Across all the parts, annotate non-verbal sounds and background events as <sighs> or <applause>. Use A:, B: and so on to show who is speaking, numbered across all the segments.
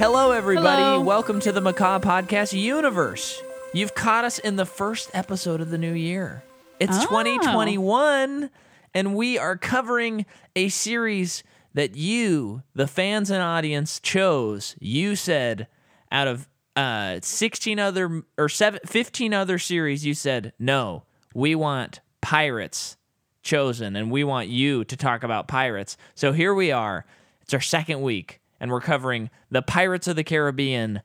A: everybody.
B: Hello.
A: Welcome to the Macaw Podcast universe. You've caught us in the first episode of the new year. It's
B: Oh.
A: 2021, and we are covering a series that you, the fans and audience, chose. You said out of uh, 16 other or seven, 15 other series, you said, no, we want pirates chosen, and we want you to talk about pirates. So here we are. It's our second week, and we're covering the Pirates of the Caribbean,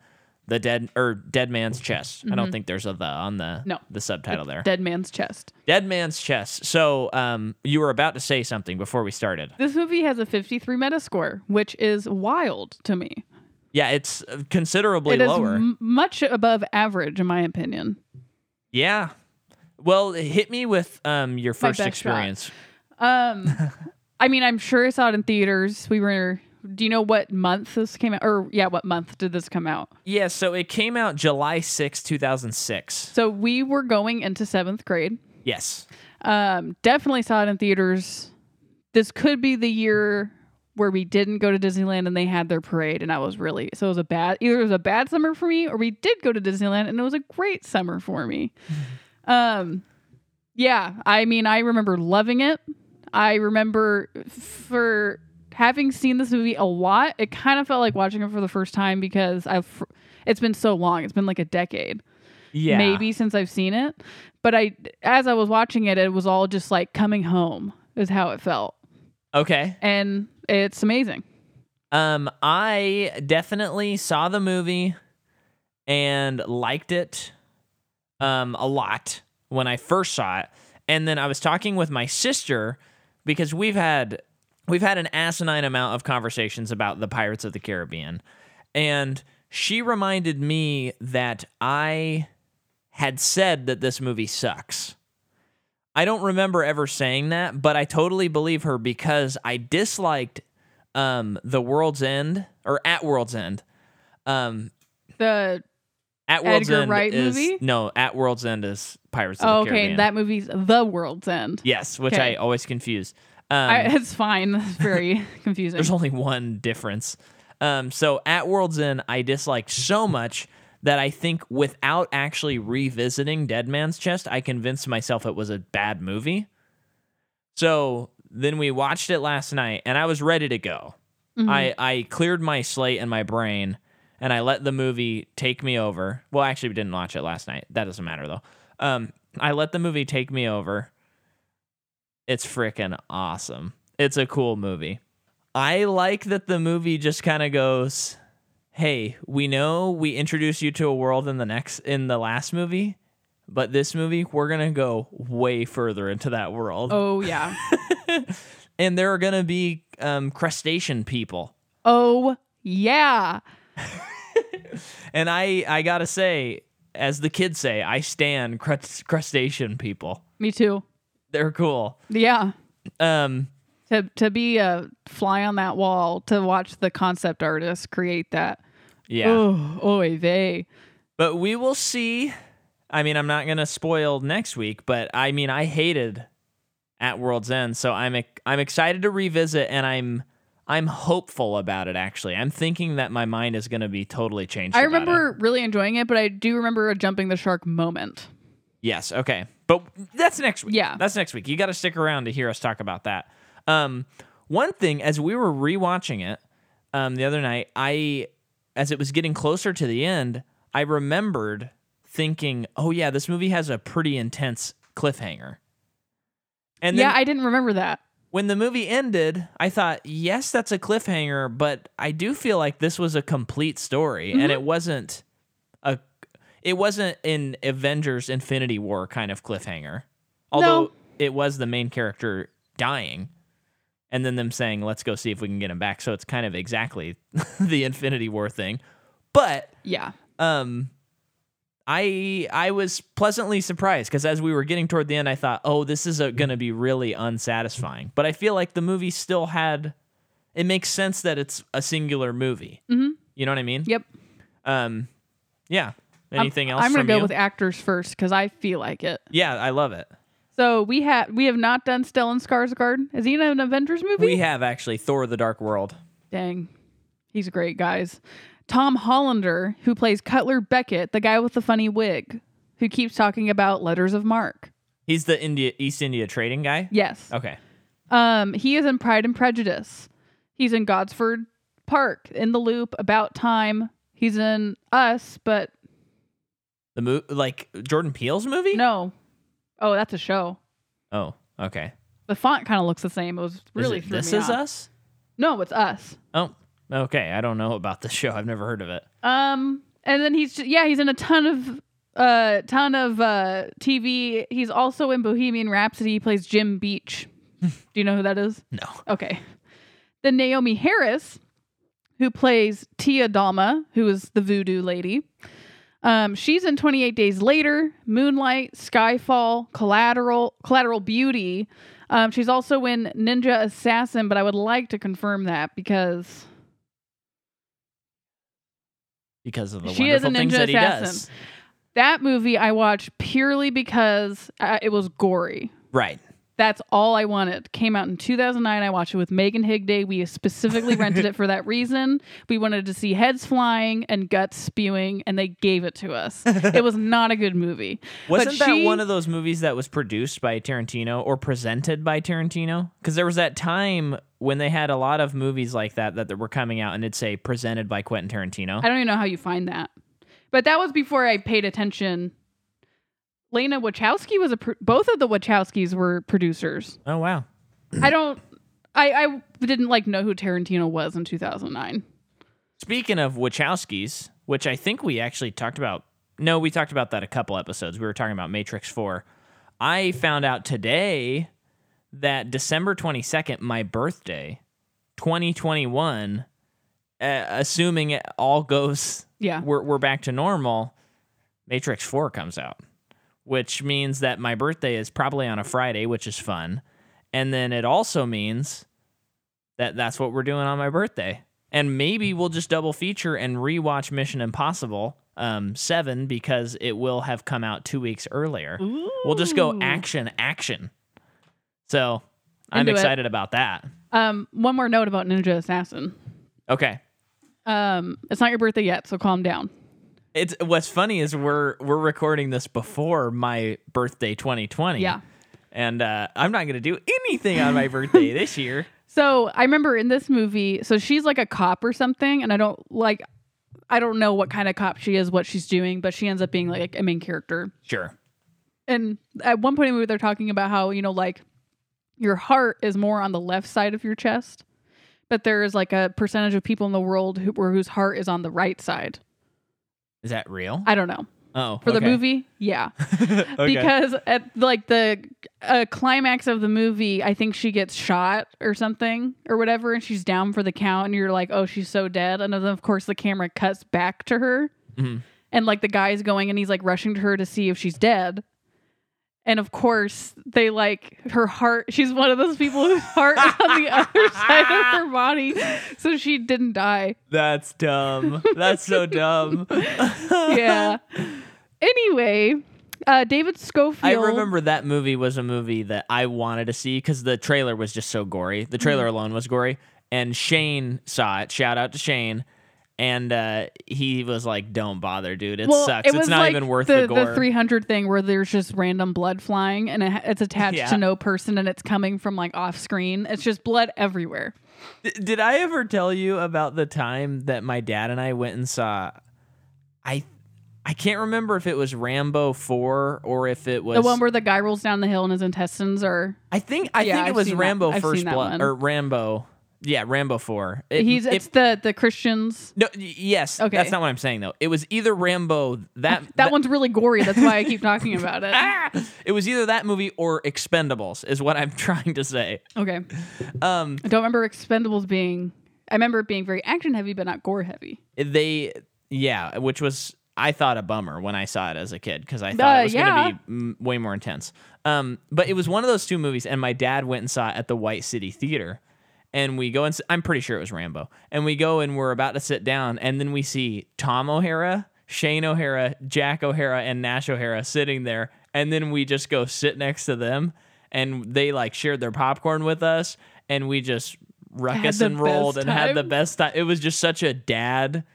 A: the dead or Dead Man's Chest. I don't think there's a the on the
B: Mm-hmm. No.
A: the subtitle there.
B: Dead man's chest.
A: Dead Man's Chest. So um, you were about to say something before we started.
B: This movie has a 53 metascore, which is wild to me.
A: Yeah, it's uh, considerably
B: It is
A: lower.
B: m- much above average, in my opinion.
A: yeah. Well, hit me with um, your first
B: best shot.
A: experience.
B: Um, I mean, I'm sure I saw it in theaters. We were. Do you know what month this came out? Or yeah, what month did this come out?
A: Yeah, so it came out July sixth, two 2006.
B: So we were going into seventh grade.
A: Yes.
B: Um, definitely saw it in theaters. This could be the year where we didn't go to Disneyland and they had their parade, and I was really so it was a bad either it was a bad summer for me or we did go to Disneyland and it was a great summer for me. um, yeah, I mean I remember loving it. I remember for having seen this movie a lot, it kind of felt like watching it for the first time because I've it's been so long. It's been like a decade
A: Yeah.
B: maybe since I've seen it. But I, as I was watching it, it was all just like coming home is how it felt,
A: Okay.
B: and it's amazing.
A: Um, I definitely saw the movie and liked it um a lot when I first saw it. And then I was talking with my sister because we've had we've had an asinine amount of conversations about the Pirates of the Caribbean. And she reminded me that I had said that this movie sucks. I don't remember ever saying that, but I totally believe her because I disliked um the world's end or at world's end um
B: The
A: at world's
B: Edgar
A: end
B: Wright
A: is
B: movie?
A: no at world's end is pirates of
B: oh,
A: the
B: okay,
A: caribbean
B: that movie's The World's End.
A: yes which i
B: Okay.
A: always confuse um
B: <laughs> I, it's fine. It's very
A: <laughs>
B: confusing.
A: there's only one difference um so at world's end i disliked so much that i think without actually revisiting dead man's chest i convinced myself it was a bad movie so then we watched it last night and i was ready to go
B: Mhm.
A: I, I cleared my slate and my brain and I let the movie take me over. Well, actually, we didn't watch it last night. That doesn't matter though. Um, I let the movie take me over. It's freaking awesome. It's a cool movie. I like that the movie just kind of goes, "Hey, we know we introduced you to a world in the next in the last movie, but this movie we're going to go way further into that world."
B: oh yeah.
A: And there are going to be um, crustacean people.
B: oh yeah.
A: And I, I gotta say, as the kids say, I stand crust- crustacean people.
B: Me too.
A: They're cool.
B: Yeah.
A: Um,
B: To to be a fly on that wall to watch the concept artist create that.
A: yeah.
B: Oh, oy vey.
A: But we will see. I mean, I'm not gonna spoil next week, but I mean, I hated at World's End, so I'm ec- I'm excited to revisit, and I'm I'm hopeful about it. Actually, I'm thinking that my mind is gonna be totally changed.
B: I
A: about it.
B: remember really enjoying it, but I do remember a jumping the shark moment.
A: Yes. Okay. But that's next week.
B: Yeah.
A: That's next week. You got to stick around to hear us talk about that. Um, one thing, as we were rewatching it um, the other night, I, as it was getting closer to the end, I remembered thinking, "Oh yeah, this movie has a pretty intense cliffhanger." And then
B: yeah, I didn't remember that.
A: when the movie ended, I thought, "Yes, that's a cliffhanger," but I do feel like this was a complete story, and it wasn't a it wasn't an Avengers Infinity War kind of cliffhanger. Although it was the main character dying and then them saying, "Let's go see if we can get him back." So it's kind of exactly <laughs> the Infinity War thing. But
B: Yeah.
A: um I I was pleasantly surprised because as we were getting toward the end, I thought, oh, this is going to be really unsatisfying. But I feel like the movie still had. It makes sense that it's a singular movie.
B: Mhm.
A: You know what I mean?
B: Yep.
A: Um, yeah.
B: I'm-
A: Anything else?
B: I'm gonna
A: from
B: go
A: you?
B: with actors first because I feel like it.
A: Yeah, I love it.
B: So we had we have not done Stellan Skarsgård. Is he in an Avengers movie?
A: We have actually Thor: The Dark World.
B: Dang, he's great, guys. Tom Hollander, who plays Cutler Beckett, the guy with the funny wig, who keeps talking about letters of mark.
A: He's the India East India trading guy.
B: Yes.
A: Okay.
B: Um, he is in Pride and Prejudice. He's in Godsford Park, in the loop, about time. He's in Us, but
A: The mo- like Jordan Peele's movie.
B: no. Oh, that's a show.
A: Oh, okay.
B: The font kind of looks the same. It was really
A: Is it
B: threw
A: this
B: me
A: is
B: off.
A: us.
B: No, it's us.
A: Oh, okay. I don't know about this show. I've never heard of it.
B: Um, and then he's just, yeah, he's in a ton of uh ton of uh TV. He's also in Bohemian Rhapsody. He plays Jim Beach. Do you know who that is?
A: No.
B: Okay. Then Naomi Harris, who plays Tia Dalma, who is the voodoo lady. Um, she's in 28 Days Later, Moonlight, Skyfall, Collateral, Collateral Beauty. Um, she's also in Ninja Assassin, but I would like to confirm that because
A: Because of the
B: She is a
A: wonderful things
B: ninja
A: that he does.
B: assassin. that movie I watched purely because uh, it was gory.
A: Right.
B: That's all I wanted. Came out in 2009. I watched it with Megan Higday. We specifically rented it
A: <laughs>
B: for that reason. We wanted to see heads flying and guts spewing, and they gave it to us. it was not a good movie. But
A: <laughs> Wasn't that
B: she-
A: one of those movies that was produced by Tarantino or presented by Tarantino? Because there was that time when they had a lot of movies like that that that were coming out and it'd say presented by Quentin Tarantino.
B: I don't even know how you find that. But that was before I paid attention. Lena Wachowski was a pro- both of the Wachowskis were producers.
A: Oh wow.
B: I don't. I, I didn't like know who Tarantino was in 2009.
A: Speaking of Wachowskis, which I think we actually talked about. No, we talked about that a couple episodes. We were talking about Matrix 4. I found out today that December 22nd, my birthday, 2021, uh, assuming it all goes
B: Yeah.
A: we're, we're back to normal, Matrix 4 comes out, which means that my birthday is probably on a Friday, which is fun. And then it also means that that's what we're doing on my birthday. And maybe we'll just double feature and rewatch Mission Impossible um, 7 because it will have come out two weeks earlier. We'll just go action, action. So I'm
B: Into it.
A: excited about that.
B: Um, one more note about Ninja Assassin.
A: Okay.
B: Um, it's not your birthday yet, so calm down.
A: It's what's funny is we're we're recording this before my birthday 2020.
B: Yeah.
A: And uh, I'm not gonna do anything on my
B: <laughs>
A: birthday this year.
B: So I remember in this movie, so she's like a cop or something, and I don't like, I don't know what kind of cop she is, what she's doing, but she ends up being like a main character.
A: Sure.
B: And at one point in the movie, they're talking about how you know like your heart is more on the left side of your chest, but there is like a percentage of people in the world who, where whose heart is on the right side.
A: Is that real?
B: I don't know
A: oh,
B: for the
A: okay.
B: movie, yeah.
A: <laughs> okay.
B: because at like the uh, climax of the movie, I think she gets shot or something or whatever, and she's down for the count, and you're like, oh, she's so dead. And then of course the camera cuts back to her,
A: Mhm.
B: and like the guy's going and he's like rushing to her to see if she's dead. And of course, they like her heart. She's one of those people whose heart is on the other <laughs> side of her body, so she didn't die.
A: that's dumb. That's so
B: <laughs>
A: dumb. <laughs>
B: Yeah. anyway, uh, David Schofield.
A: I remember that movie was a movie that I wanted to see because the trailer was just so gory. The trailer
B: Mm-hmm.
A: alone was gory, and Shane saw it. Shout out to Shane, and uh, he was like, "Don't bother, dude. It
B: Well,
A: sucks.
B: It was
A: it's not
B: like
A: even worth
B: the,
A: the, gore."
B: 300 thing where there's just random blood flying and it, it's attached
A: Yeah.
B: to no person and it's coming from like off screen. It's just blood everywhere.
A: D- did I ever tell you about the time that my dad and I went and saw? I I can't remember if it was Rambo Four or if it was
B: the one where the guy rolls down the hill and his intestines are.
A: I think I
B: Yeah,
A: think it
B: I've
A: was
B: seen that-
A: Rambo
B: I've
A: First
B: seen that
A: Blood
B: one.
A: or Rambo. Yeah, Rambo Four. It-
B: he's
A: it-
B: it's the the Christians.
A: No, y- yes.
B: Okay.
A: That's not what I'm saying though. It was either Rambo that
B: That one's really gory. That's why I keep talking
A: <laughs>
B: about it.
A: Ah! <laughs> It was either that movie or Expendables is what I'm <laughs> trying to say.
B: Okay,
A: Um,
B: I don't remember Expendables being. I remember it being very action heavy, but not gore heavy.
A: they yeah, which was I thought a bummer when I saw it as a kid because I thought
B: Uh,
A: it was
B: yeah.
A: going to be mm, way more intense. Um, but it was one of those two movies, and my dad went and saw it at the White City Theater. And we go and s- I'm pretty sure it was Rambo. And we go and we're about to sit down, and then we see Tom O'Hara, Shane O'Hara, Jack O'Hara, and Nash O'Hara sitting there. And then we just go sit next to them, and they like shared their popcorn with us, and we just ruckus
B: the
A: and rolled
B: best
A: and had the
B: time.
A: best time. It was just such a dad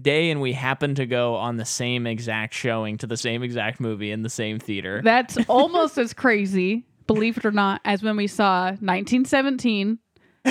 A: day and we happened to go on the same exact showing to the same exact movie in the same theater.
B: That's almost as crazy, believe it or not, as when we saw 1917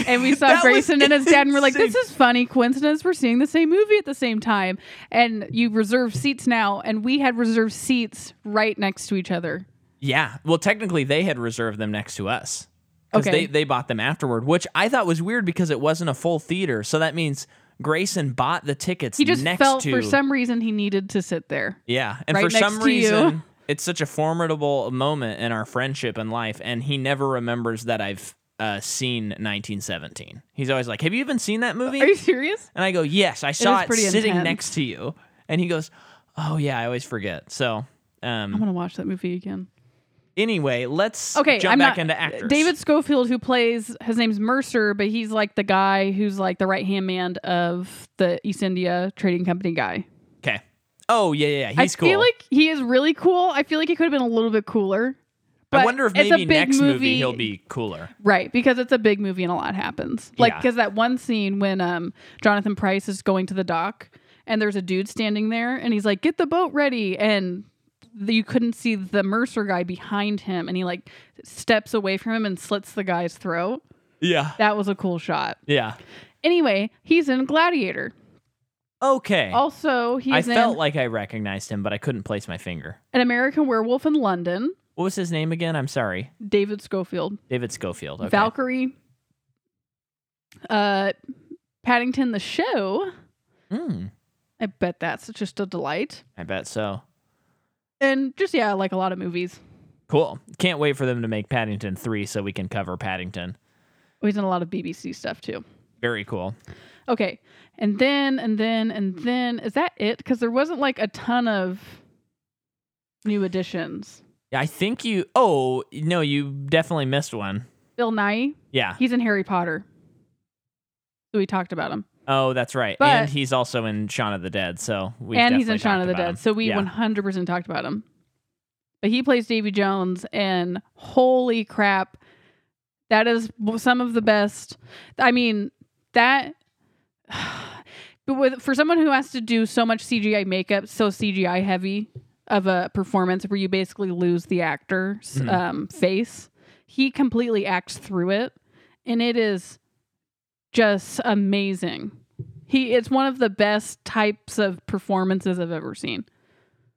B: and we
A: <laughs>
B: saw
A: That was
B: Grayson and his dad, and we're like, this
A: insane.
B: is funny coincidence. We're seeing the same movie at the same time. And you reserved seats now, and we had reserved seats right next to each other.
A: yeah. Well, technically, they had reserved them next to us because
B: Okay.
A: they, they bought them afterward, which I thought was weird because it wasn't a full theater. So that means Grayson bought the tickets
B: He just
A: next
B: felt
A: to
B: for some reason he needed to sit there.
A: Yeah, and
B: right
A: for
B: next
A: some
B: to you.
A: reason, it's such a formidable moment in our friendship and life, and he never remembers that I've uh, seen 1917. He's always like, "Have you even seen that movie?"
B: Are you serious?
A: and I go, "Yes, I saw
B: is
A: it,
B: pretty
A: sitting
B: intense.
A: next to you." And he goes, "Oh yeah, I always forget." So,
B: I
A: um,
B: want to watch that movie again.
A: anyway, let's
B: Okay,
A: jump
B: I'm
A: back
B: not,
A: into actors.
B: David Schofield, who plays his name's Mercer, but he's like the guy who's like the right hand man of the East India Trading Company guy.
A: Okay. Oh yeah, yeah, yeah. he's
B: I
A: cool.
B: feel like he is really cool. I feel like he could have been a little bit cooler.
A: I
B: but
A: wonder if
B: it's a
A: maybe
B: big
A: next
B: movie-
A: he'll be cooler.
B: Right, because it's a big movie and a lot happens. Like
A: Yeah.
B: because that one scene when um Jonathan Price is going to the dock and there's a dude standing there and he's like, "Get the boat ready," and th- you couldn't see the Mercer guy behind him, and he like steps away from him and slits the guy's throat.
A: Yeah,
B: That was a cool shot.
A: yeah.
B: Anyway, he's in Gladiator.
A: Okay.
B: Also, he's
A: I
B: in
A: felt like I recognized him, but I couldn't place my finger.
B: An American Werewolf in London.
A: What was his name again? I'm sorry.
B: David Schofield,
A: David Schofield. Okay.
B: Valkyrie, uh, Paddington the Show.
A: Mm,
B: I bet that's just a delight.
A: I bet so.
B: And just yeah, I like a lot of movies.
A: Cool. Can't wait for them to make Paddington 3 so we can cover Paddington.
B: He's in a lot of BBC stuff too.
A: Very cool.
B: Okay, and then and then and then is that it? Because there wasn't like a ton of new additions.
A: Yeah, I think you. Oh, no, you definitely missed one.
B: Bill Nye,
A: Yeah.
B: he's in Harry Potter. So we talked about him,
A: Oh, that's right.
B: But-
A: and he's also in Shaun of the Dead. So we
B: and he's in Shaun of the Dead. So we
A: yeah.
B: 100% talked about him. But he plays Davy Jones, and holy crap, that is some of the best. I mean, that. <sighs> But with, for someone who has to do so much CGI makeup, so CGI heavy of a performance where you basically lose the actor's
A: Mhm.
B: um, face, he completely acts through it, and it is just amazing. He it's one of the best types of performances I've ever seen.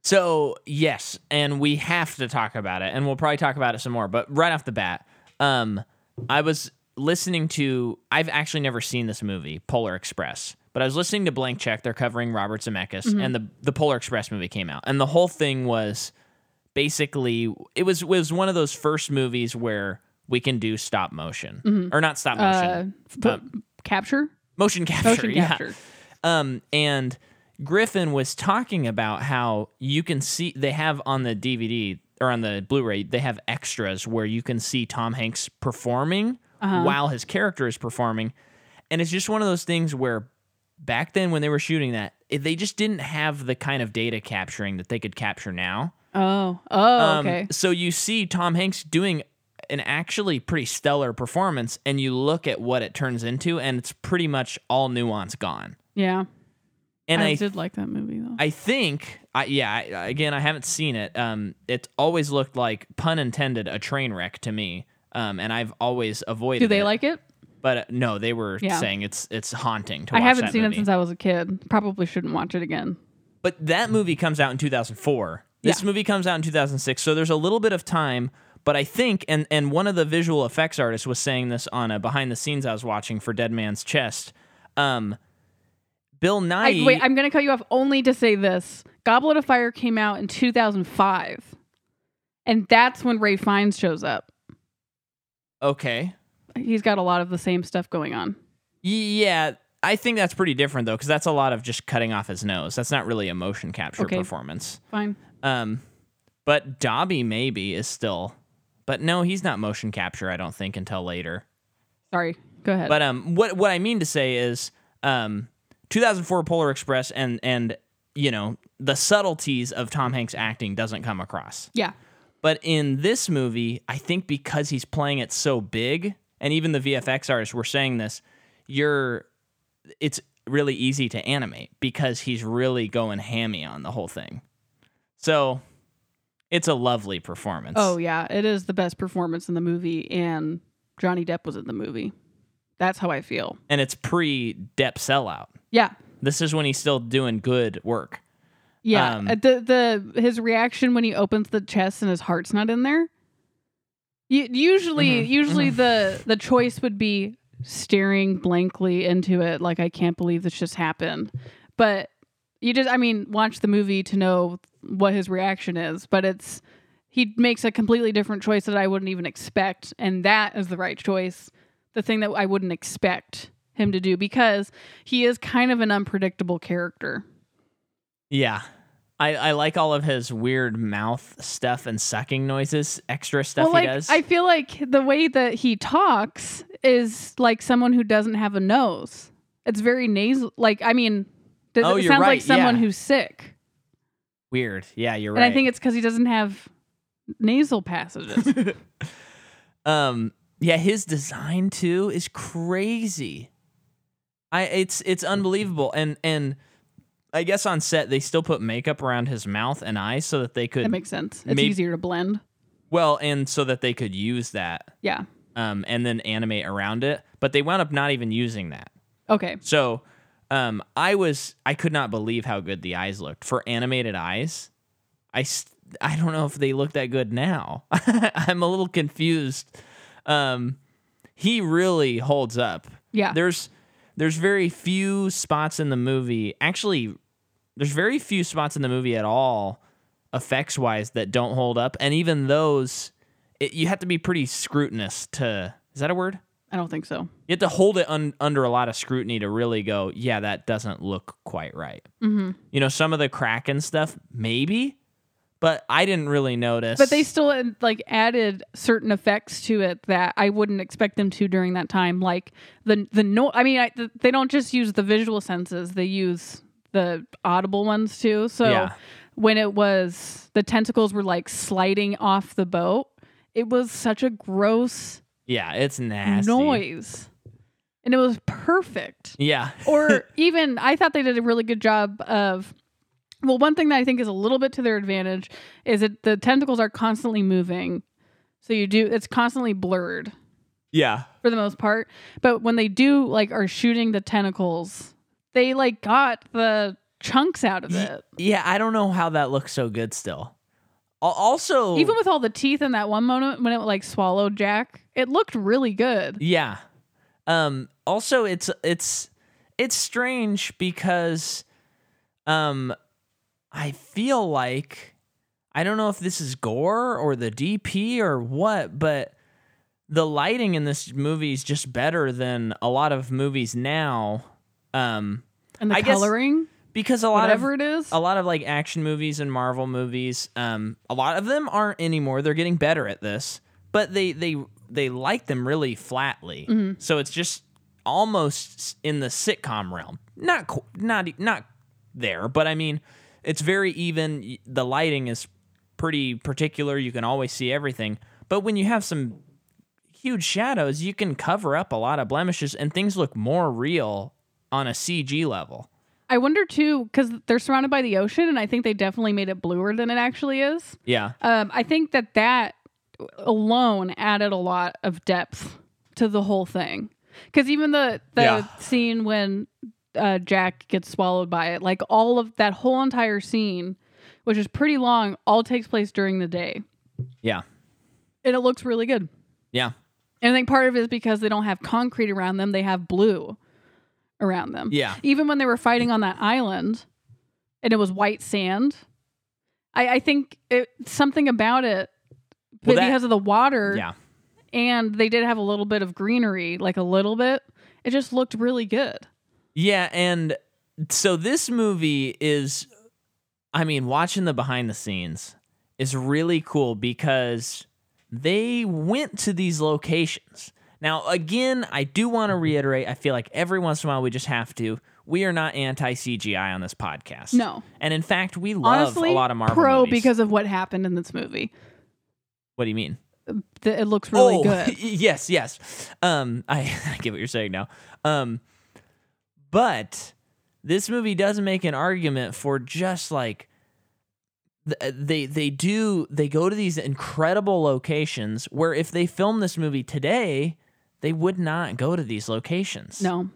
A: So yes, and we have to talk about it, and we'll probably talk about it some more. But right off the bat, um, I was listening to. I've actually never seen this movie, Polar Express, but I was listening to Blank Check. They're covering Robert Zemeckis,
B: Mm-hmm.
A: and the the Polar Express movie came out, and the whole thing was basically it was was one of those first movies where we can do stop motion or not stop motion
B: Uh, p- capture,
A: motion capture
B: motion
A: Um, <laughs> yeah.
B: capture.
A: Um, and Griffin was talking about how you can see they have on the DVD or on the Blu-ray they have extras where you can see Tom Hanks performing while his character is performing, and it's just one of those things where back then when they were shooting that it- they just didn't have the kind of data capturing that they could capture now.
B: Oh, oh,
A: Um,
B: okay.
A: So you see Tom Hanks doing an actually pretty stellar performance, and you look at what it turns into, and it's pretty much all nuance gone.
B: Yeah,
A: And
B: I,
A: I
B: did like that movie though.
A: I think, I, yeah, I, again, I haven't seen it. Um, it always looked like, pun intended, a train wreck to me. Um, and I've always avoided.
B: Do they
A: it.
B: like it?
A: But uh, no, they were
B: Yeah.
A: saying it's it's haunting to
B: I
A: watch
B: haven't
A: that
B: seen
A: movie.
B: it since I was a kid. Probably shouldn't watch it again.
A: but that movie comes out in 2004. This
B: Yeah.
A: movie comes out in 2006. So there's a little bit of time. But I think, and and one of the visual effects artists was saying this on a behind the scenes I was watching for Dead Man's Chest. Um, Bill Nye.
B: I, wait, I'm going to cut you off only to say this. Goblet of Fire came out in 2005. And that's when Ray Fiennes shows up.
A: okay.
B: He's got a lot of the same stuff going on.
A: Yeah, I think that's pretty different though, because that's a lot of just cutting off his nose. That's not really a motion capture
B: Okay.
A: performance.
B: Fine.
A: Um, but Dobby maybe is still, but no, he's not motion capture. I don't think until later.
B: Sorry. Go ahead.
A: But um, what what I mean to say is, um, 2004 Polar Express and and you know the subtleties of Tom Hanks acting doesn't come across.
B: yeah.
A: But in this movie, I think because he's playing it so big, and even the VFX artists were saying this, you're it's really easy to animate because he's really going hammy on the whole thing. So it's a lovely performance.
B: Oh yeah, it is the best performance in the movie, and Johnny Depp was in the movie. That's how I feel.
A: And it's pre Depp sellout.
B: Yeah,
A: This is when he's still doing good work.
B: yeah.
A: Um,
B: Uh, the the his reaction when he opens the chest and his heart's not in there. Y- usually,
A: Mhm,
B: usually the the choice would be staring blankly into it, like I can't believe this just happened. But you just, I mean, watch the movie to know what his reaction is. But it's he makes a completely different choice that I wouldn't even expect, and that is the right choice. The thing that I wouldn't expect him to do because he is kind of an unpredictable character.
A: Yeah. I, I like all of his weird mouth stuff and sucking noises, extra stuff
B: well, like
A: he does.
B: I feel like the way that he talks is like someone who doesn't have a nose. It's very nasal. Like I mean, does,
A: Oh,
B: it
A: you're
B: sounds
A: right,
B: like someone
A: yeah.
B: who's sick,
A: Weird. Yeah, you're
B: and
A: right.
B: I think it's because he doesn't have
A: <laughs>
B: nasal passages.
A: um yeah, his design too is crazy. I it's it's unbelievable. And and I guess on set they still put makeup around his mouth and eyes so that they could
B: that makes sense. It's
A: Maybe-
B: easier to blend.
A: well and so that they could use that
B: Yeah.
A: um and then animate around it. But they wound up not even using that.
B: Okay.
A: So um, I was I could not believe how good the eyes looked for animated eyes. I s- I don't know if they look that good now. <laughs> I'm a little confused. Um, he really holds up.
B: Yeah.
A: There's there's very few spots in the movie. Actually, there's very few spots in the movie at all effects wise that don't hold up, and even those, it, you have to be pretty scrutinous to. Is that a word?
B: I don't think so.
A: you have to hold it un- under a lot of scrutiny to really go, yeah, that doesn't look quite right.
B: hmm
A: You know, some of the crack and stuff, maybe, but I didn't really notice.
B: But they still uh, like added certain effects to it that I wouldn't expect them to during that time. Like the the no, I mean, I, th- they don't just use the visual senses; they use the audible ones too. So
A: Yeah.
B: when it was the tentacles were like sliding off the boat, it was such a gross
A: yeah, it's nasty.
B: noise, and it was perfect
A: Yeah, <laughs>
B: or even I thought they did a really good job of. Well, one thing that I think is a little bit to their advantage is that the tentacles are constantly moving, so you do it's constantly blurred
A: yeah,
B: for the most part. But when they do like are shooting the tentacles, they like got the chunks out of it.
A: yeah. I don't know how that looks so good still. Al- Also,
B: Even with all the teeth in that one moment when it like swallowed Jack, it looked really good.
A: Yeah. Um also it's it's it's strange because um I feel like I don't know if this is gore or the DP or what, but the lighting in this movie is just better than a lot of movies now. Um
B: And the
A: I guess
B: coloring,
A: because a lot of
B: whatever it is.
A: a lot of like action movies and Marvel movies. Um, a lot of them aren't anymore. They're getting better at this, but they they they like them really flatly. So it's just almost in the sitcom realm. Not qu- not e, not there, but I mean, it's very even. Y- The lighting is pretty particular. You can always see everything. But when you have some huge shadows, you can cover up a lot of blemishes, and things look more real on a CG level.
B: I wonder too because they're surrounded by the ocean, and I think they definitely made it bluer than it actually is.
A: Yeah.
B: Um, I think that that alone added a lot of depth to the whole thing. Because even the the
A: Yeah.
B: scene when uh, Jack gets swallowed by it, like all of that whole entire scene, which is pretty long, all takes place during the day,
A: Yeah.
B: and it looks really good.
A: Yeah.
B: And I think part of it is because they don't have concrete around them; they have blue around them.
A: Yeah.
B: Even when they were fighting on that island, and it was white sand, I, I think it something about it
A: Well, that-
B: because of the water.
A: Yeah.
B: and they did have a little bit of greenery, like a little bit. It just looked really good.
A: Yeah, and so this movie is I mean, watching the behind the scenes is really cool because they went to these locations. Now, again, I do want
B: Mm-hmm.
A: to reiterate, I feel like every once in a while we just have to. We are not anti CGI on this podcast.
B: No,
A: And in fact, we love
B: honestly,
A: a lot of Marvel
B: pro
A: movies.
B: because of what happened in this movie.
A: what do you mean?
B: Th- It looks really
A: oh, <laughs>
B: good.
A: yes, yes. Um, I, I get what you're saying now. Um, but this movie does make an argument for just like th- uh, they they do they go to these incredible locations where if they film this movie today they would not go to these locations
B: No.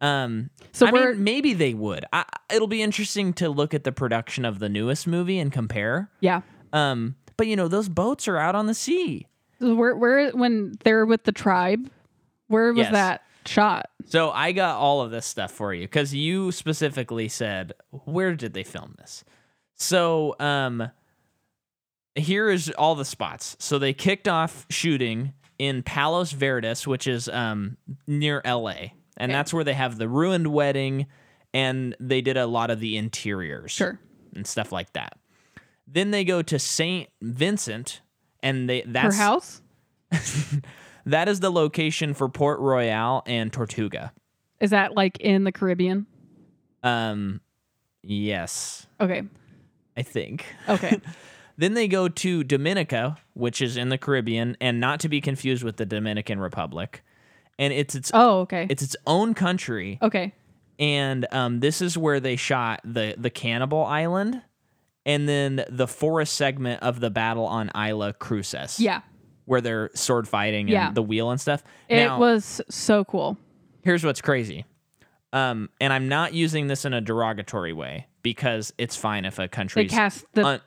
A: um
B: So
A: I
B: we're
A: mean, maybe they would I, it'll be interesting to look at the production of the newest movie and compare
B: yeah.
A: um but you know those boats are out on the sea
B: So Where where when they're with the tribe, where was
A: Yes.
B: that shot?
A: So I got all of this stuff for you because you specifically said, where did they film this? So um here is all the spots. So they kicked off shooting in Palos Verdes, which is um near LA. And
B: Okay.
A: that's where they have the ruined wedding and they did a lot of the interiors
B: Sure.
A: and stuff like that. Then they go to Saint Vincent and they that's
B: Her house?
A: that is the location for Port Royal and Tortuga.
B: Is that like in the Caribbean?
A: Um, yes,
B: Okay.
A: I think. <laughs>
B: Okay.
A: Then they go to Dominica, which is in the Caribbean, and not to be confused with the Dominican Republic, and it's its
B: oh, okay.
A: it's its own country.
B: okay.
A: And um, this is where they shot the the Cannibal Island, and then the forest segment of the battle on Isla Cruces.
B: Yeah.
A: where they're sword fighting and
B: Yeah.
A: the wheel and stuff.
B: it
A: now,
B: was so cool.
A: here's what's crazy. Um, and I'm not using this in a derogatory way because it's fine if a
B: They
A: country's
B: cast the
A: un-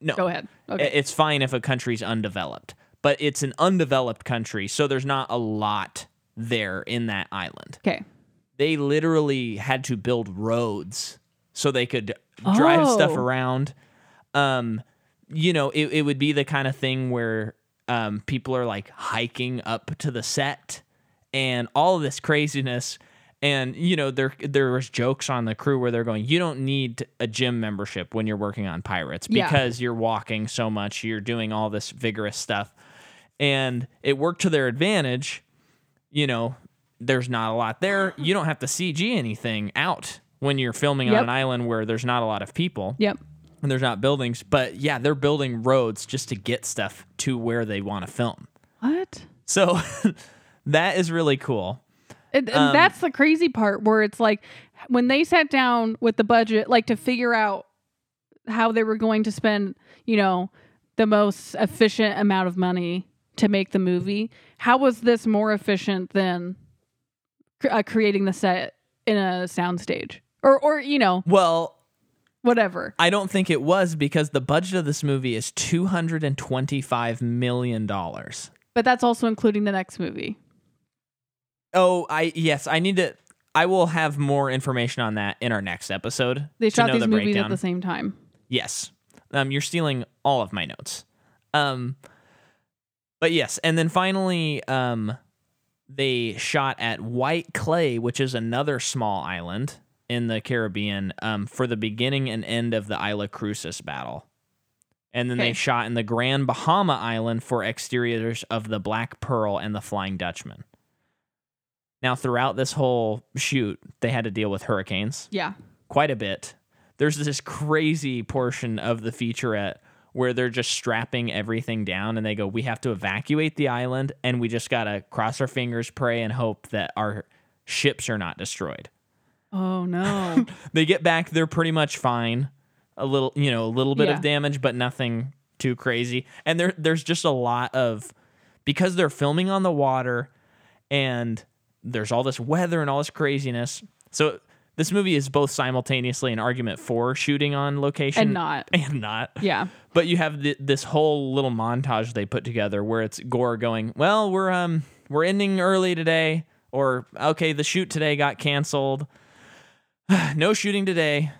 A: no
B: go ahead. Okay.
A: I- it's fine if a country's undeveloped but it's an undeveloped country so there's not a lot there in that island
B: okay.
A: they literally had to build roads so they could drive stuff
B: Oh.
A: around um you know it, it would be the kind of thing where um people are like hiking up to the set and all of this craziness and you know there there was jokes on the crew where they're going you don't need a gym membership when you're working on pirates
B: Yeah.
A: because you're walking so much you're doing all this vigorous stuff and it worked to their advantage you know, there's not a lot
B: <gasps>
A: there. You don't have to CG anything out when you're filming on
B: Yep.
A: an island where there's not a lot of people
B: Yep.
A: and there's not buildings. But yeah, they're building roads just to get stuff to where they want to film.
B: What?
A: So <laughs> that is really cool.
B: And, and
A: Um,
B: that's the crazy part where it's like when they sat down with the budget, like to figure out how they were going to spend, you know, the most efficient amount of money to make the movie. How was this more efficient than cr- uh, creating the set in a soundstage or, or you know,
A: Well,
B: whatever?
A: I don't think it was because the budget of this movie is $225 million.
B: But that's also including the next movie.
A: Oh, I yes, I need to I will have more information on that in our next episode.
B: They
A: to
B: shot
A: know
B: these
A: the
B: movies
A: breakdown.
B: at the same time.
A: Yes. Um, you're stealing all of my notes. Um, but yes, and then finally, um, they shot at White Clay, which is another small island in the Caribbean, um, for the beginning and end of the Isla Crucis battle. And then they
B: Okay.
A: shot in the Grand Bahama Island for exteriors of the Black Pearl and the Flying Dutchman. Now, throughout this whole shoot, they had to deal with hurricanes
B: Yeah.
A: quite a bit. There's this crazy portion of the featurette where they're just strapping everything down and they go, We have to evacuate the island and we just got to cross our fingers, pray, and hope that our ships are not destroyed.
B: Oh no.
A: They get back, they're pretty much fine. A little, you know, a little bit
B: Yeah.
A: of damage, but nothing too crazy. And there, there's just a lot of because they're filming on the water and there's all this weather and all this craziness. So this movie is both simultaneously an argument for shooting on location
B: <laughs> and not.
A: and not.
B: Yeah.
A: But you have th- this whole little montage they put together where it's Gore going, "Well, we're um we're ending early today," or "Okay, the shoot today got canceled. no shooting today.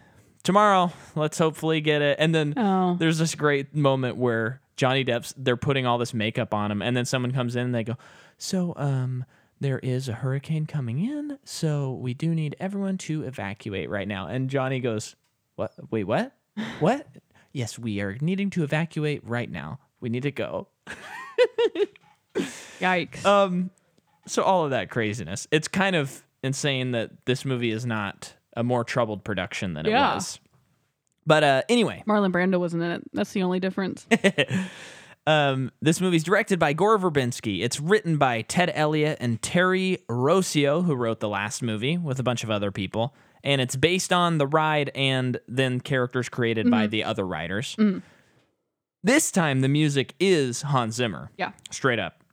A: Tomorrow, let's hopefully get it." And then
B: Oh.
A: there's this great moment where Johnny Depp's they're putting all this makeup on him, and then someone comes in and they go, "So um." There is a hurricane coming in, so we do need everyone to evacuate right now. And Johnny goes, "What? Wait, what? What? <laughs> Yes, we are needing to evacuate right now. We need to go.
B: Yikes.
A: Um, so all of that craziness. It's kind of insane that this movie is not a more troubled production than
B: Yeah.
A: it was. But uh, anyway, <laughs>
B: Marlon Brando wasn't in it. That's the only difference.
A: Um, this movie's directed by Gore Verbinski. It's written by Ted Elliott and Terry Rossio, who wrote the last movie with a bunch of other people. And it's based on the ride and then characters created by the other writers. This time, the music is Hans Zimmer.
B: Yeah.
A: Straight up.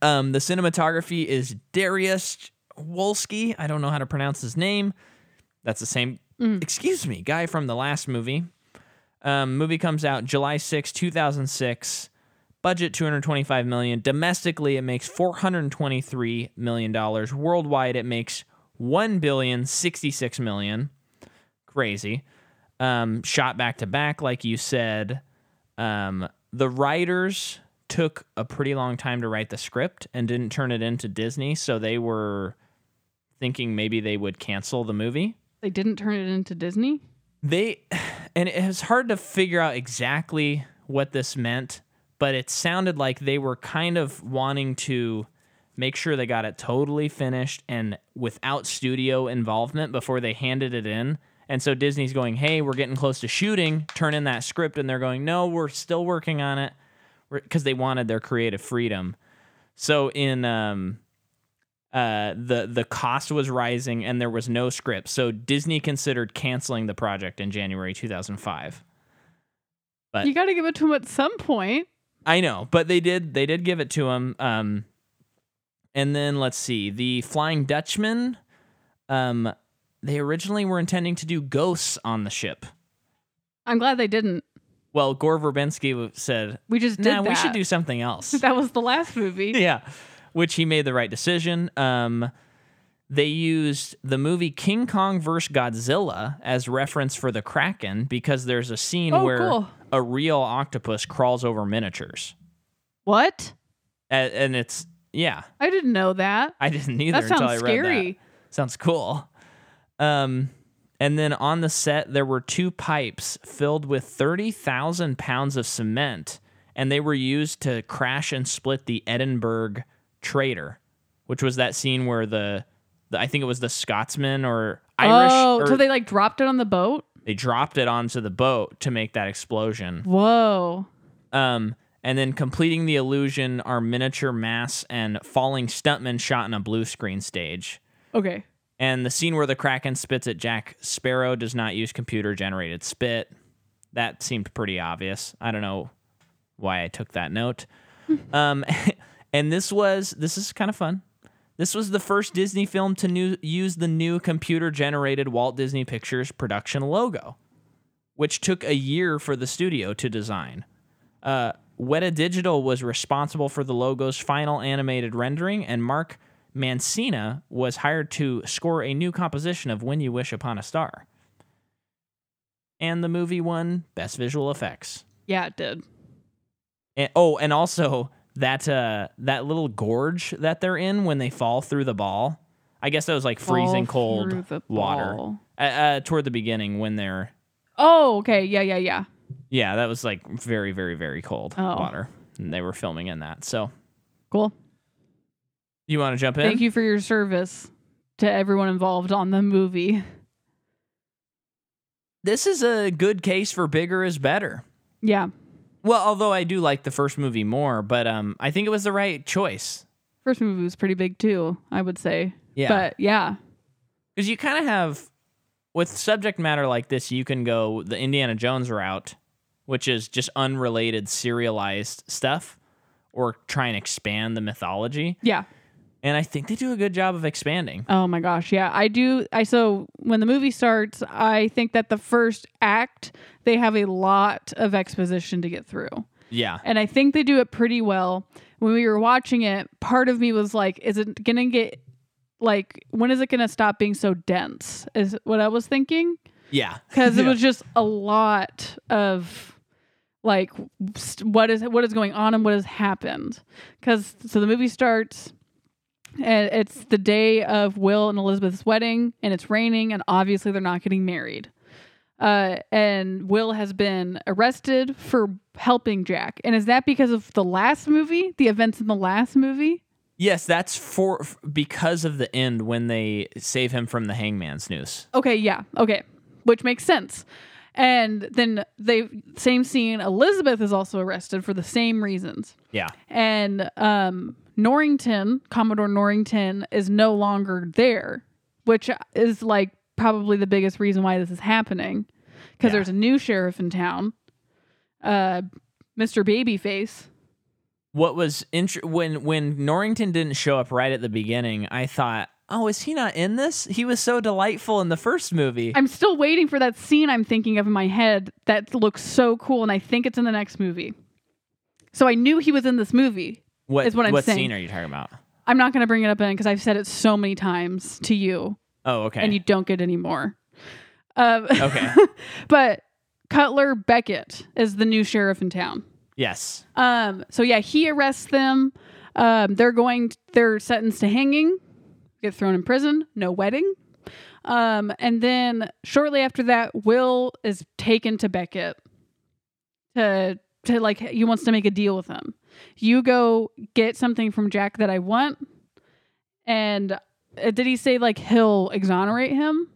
A: Um, the cinematography is Darius Wolski. I don't know how to pronounce his name. That's the same, excuse me, guy from the last movie. Um, movie comes out July 6, 2006. Budget 225 million. Domestically it makes 423 million dollars. Worldwide it makes 1 billion 66 million. Crazy. Um, shot back to back like you said. Um, the writers took a pretty long time to write the script and didn't turn it into Disney, so they were thinking maybe they would cancel the movie
B: They didn't turn it into Disney.
A: they <sighs> and it was hard to figure out exactly what this meant but it sounded like they were kind of wanting to make sure they got it totally finished and without studio involvement before they handed it in and so disney's going hey we're getting close to shooting turn in that script and they're going no we're still working on it because they wanted their creative freedom so in um, uh, the the cost was rising and there was no script. So Disney considered canceling the project in January 2005. Uh,
B: You got to give it to him at some point.
A: I know, but they did they did give it to him. Um, and then let's see, the Flying Dutchman. Um, they originally were intending to do ghosts on the ship.
B: I'm glad they didn't.
A: Well, Gore Verbinski w- said,
B: We just did
A: "Nah, we should
B: that. <laughs>
A: do something else."
B: That was the last movie.
A: <laughs> yeah, which he made the right decision. Um, they used the movie King Kong vs. Godzilla as reference for the Kraken because there's a scene
B: Oh,
A: where
B: cool.
A: a real octopus crawls over miniatures,
B: What?
A: A- and, it's yeah,
B: I didn't know that.
A: I didn't either
B: That
A: until I
B: sounds
A: read
B: scary.
A: that. Sounds cool. Um, and then on the set there were two pipes filled with thirty thousand pounds of cement, and they were used to crash and split the Edinburgh Traitor, which was that scene where the, the I think it was the Scotsman or Irish,
B: oh,
A: or
B: so they like dropped it on the boat?
A: they dropped it onto the boat to make that explosion.
B: Whoa.
A: Um, and then completing the illusion are miniature mass and falling stuntmen shot in a blue screen stage.
B: Okay.
A: And the scene where the Kraken spits at Jack Sparrow does not use computer generated spit. That seemed pretty obvious. I don't know why I took that note. um, <laughs> and this was, this is kind of fun. This was the first Disney film to new, use the new computer generated Walt Disney Pictures production logo, which took a year for the studio to design. Uh, Weta Digital was responsible for the logo's final animated rendering, and Mark Mancina was hired to score a new composition of When You Wish Upon a Star. And the movie won Best Visual Effects.
B: Yeah, it did.
A: And, oh, and also that uh, that little gorge that they're in when they fall through the ball. I guess that was like freezing
B: Fall through
A: cold
B: the
A: water
B: ball.
A: uh, uh, toward the beginning when they're
B: Oh, okay. Yeah, yeah, yeah.
A: yeah that was like very very very cold
B: Oh.
A: water and they were filming in that. So
B: Cool.
A: you want to jump in?
B: Thank you for your service to everyone involved on the movie.
A: this is a good case for bigger is better.
B: Yeah.
A: Well, although I do like the first movie more, but um, I think it was the right choice.
B: First movie was pretty big too, I would say.
A: Yeah,
B: But yeah.
A: because you kind of have with subject matter like this, you can go the Indiana Jones route, which is just unrelated serialized stuff, or try and expand the mythology.
B: Yeah.
A: And I think they do a good job of expanding.
B: Oh my gosh, yeah. I do I so when the movie starts, I think that the first act they have a lot of exposition to get through.
A: Yeah,
B: And I think they do it pretty well. When we were watching it, part of me was like, is it going to get like when is it going to stop being so dense? Is what I was thinking
A: yeah,
B: because it
A: Yeah.
B: was just a lot of like st- what is what is going on and what has happened because so the movie starts and it's the day of will and elizabeth's wedding and it's raining and obviously they're not getting married uh, and will has been arrested for helping jack and is that because of the last movie the events in the last movie
A: yes. That's for f- because of the end when they save him from the hangman's noose.
B: Okay, yeah. Okay. Which makes sense. And then they same scene. Elizabeth is also arrested for the same reasons.
A: Yeah.
B: And um, Norrington, Commodore Norrington, is no longer there, which is like probably the biggest reason why this is happening, because
A: Yeah.
B: there's a new sheriff in town, uh, Mr. Babyface.
A: What was int- when when Norrington didn't show up right at the beginning, I thought, "Oh, is he not in this? He was so delightful in the first movie."
B: I'm still waiting for that scene I'm thinking of in my head that looks so cool, and I think it's in the next movie. So I knew he was in this movie.
A: what
B: is what I'm
A: what
B: saying.
A: scene are you talking about?
B: I'm not going to bring it up in because I've said it so many times to you,
A: Oh, okay.
B: and you don't get any more. Um, <laughs>
A: okay.
B: but Cutler Beckett is the new sheriff in town.
A: yes.
B: Um, so yeah, he arrests them. Um, they're going. They're sentenced to hanging. Get thrown in prison. No wedding. Um, and then shortly after that, Will is taken to Beckett to to like he wants to make a deal with him. You go get something from Jack that I want. And uh, did he say like he'll exonerate him?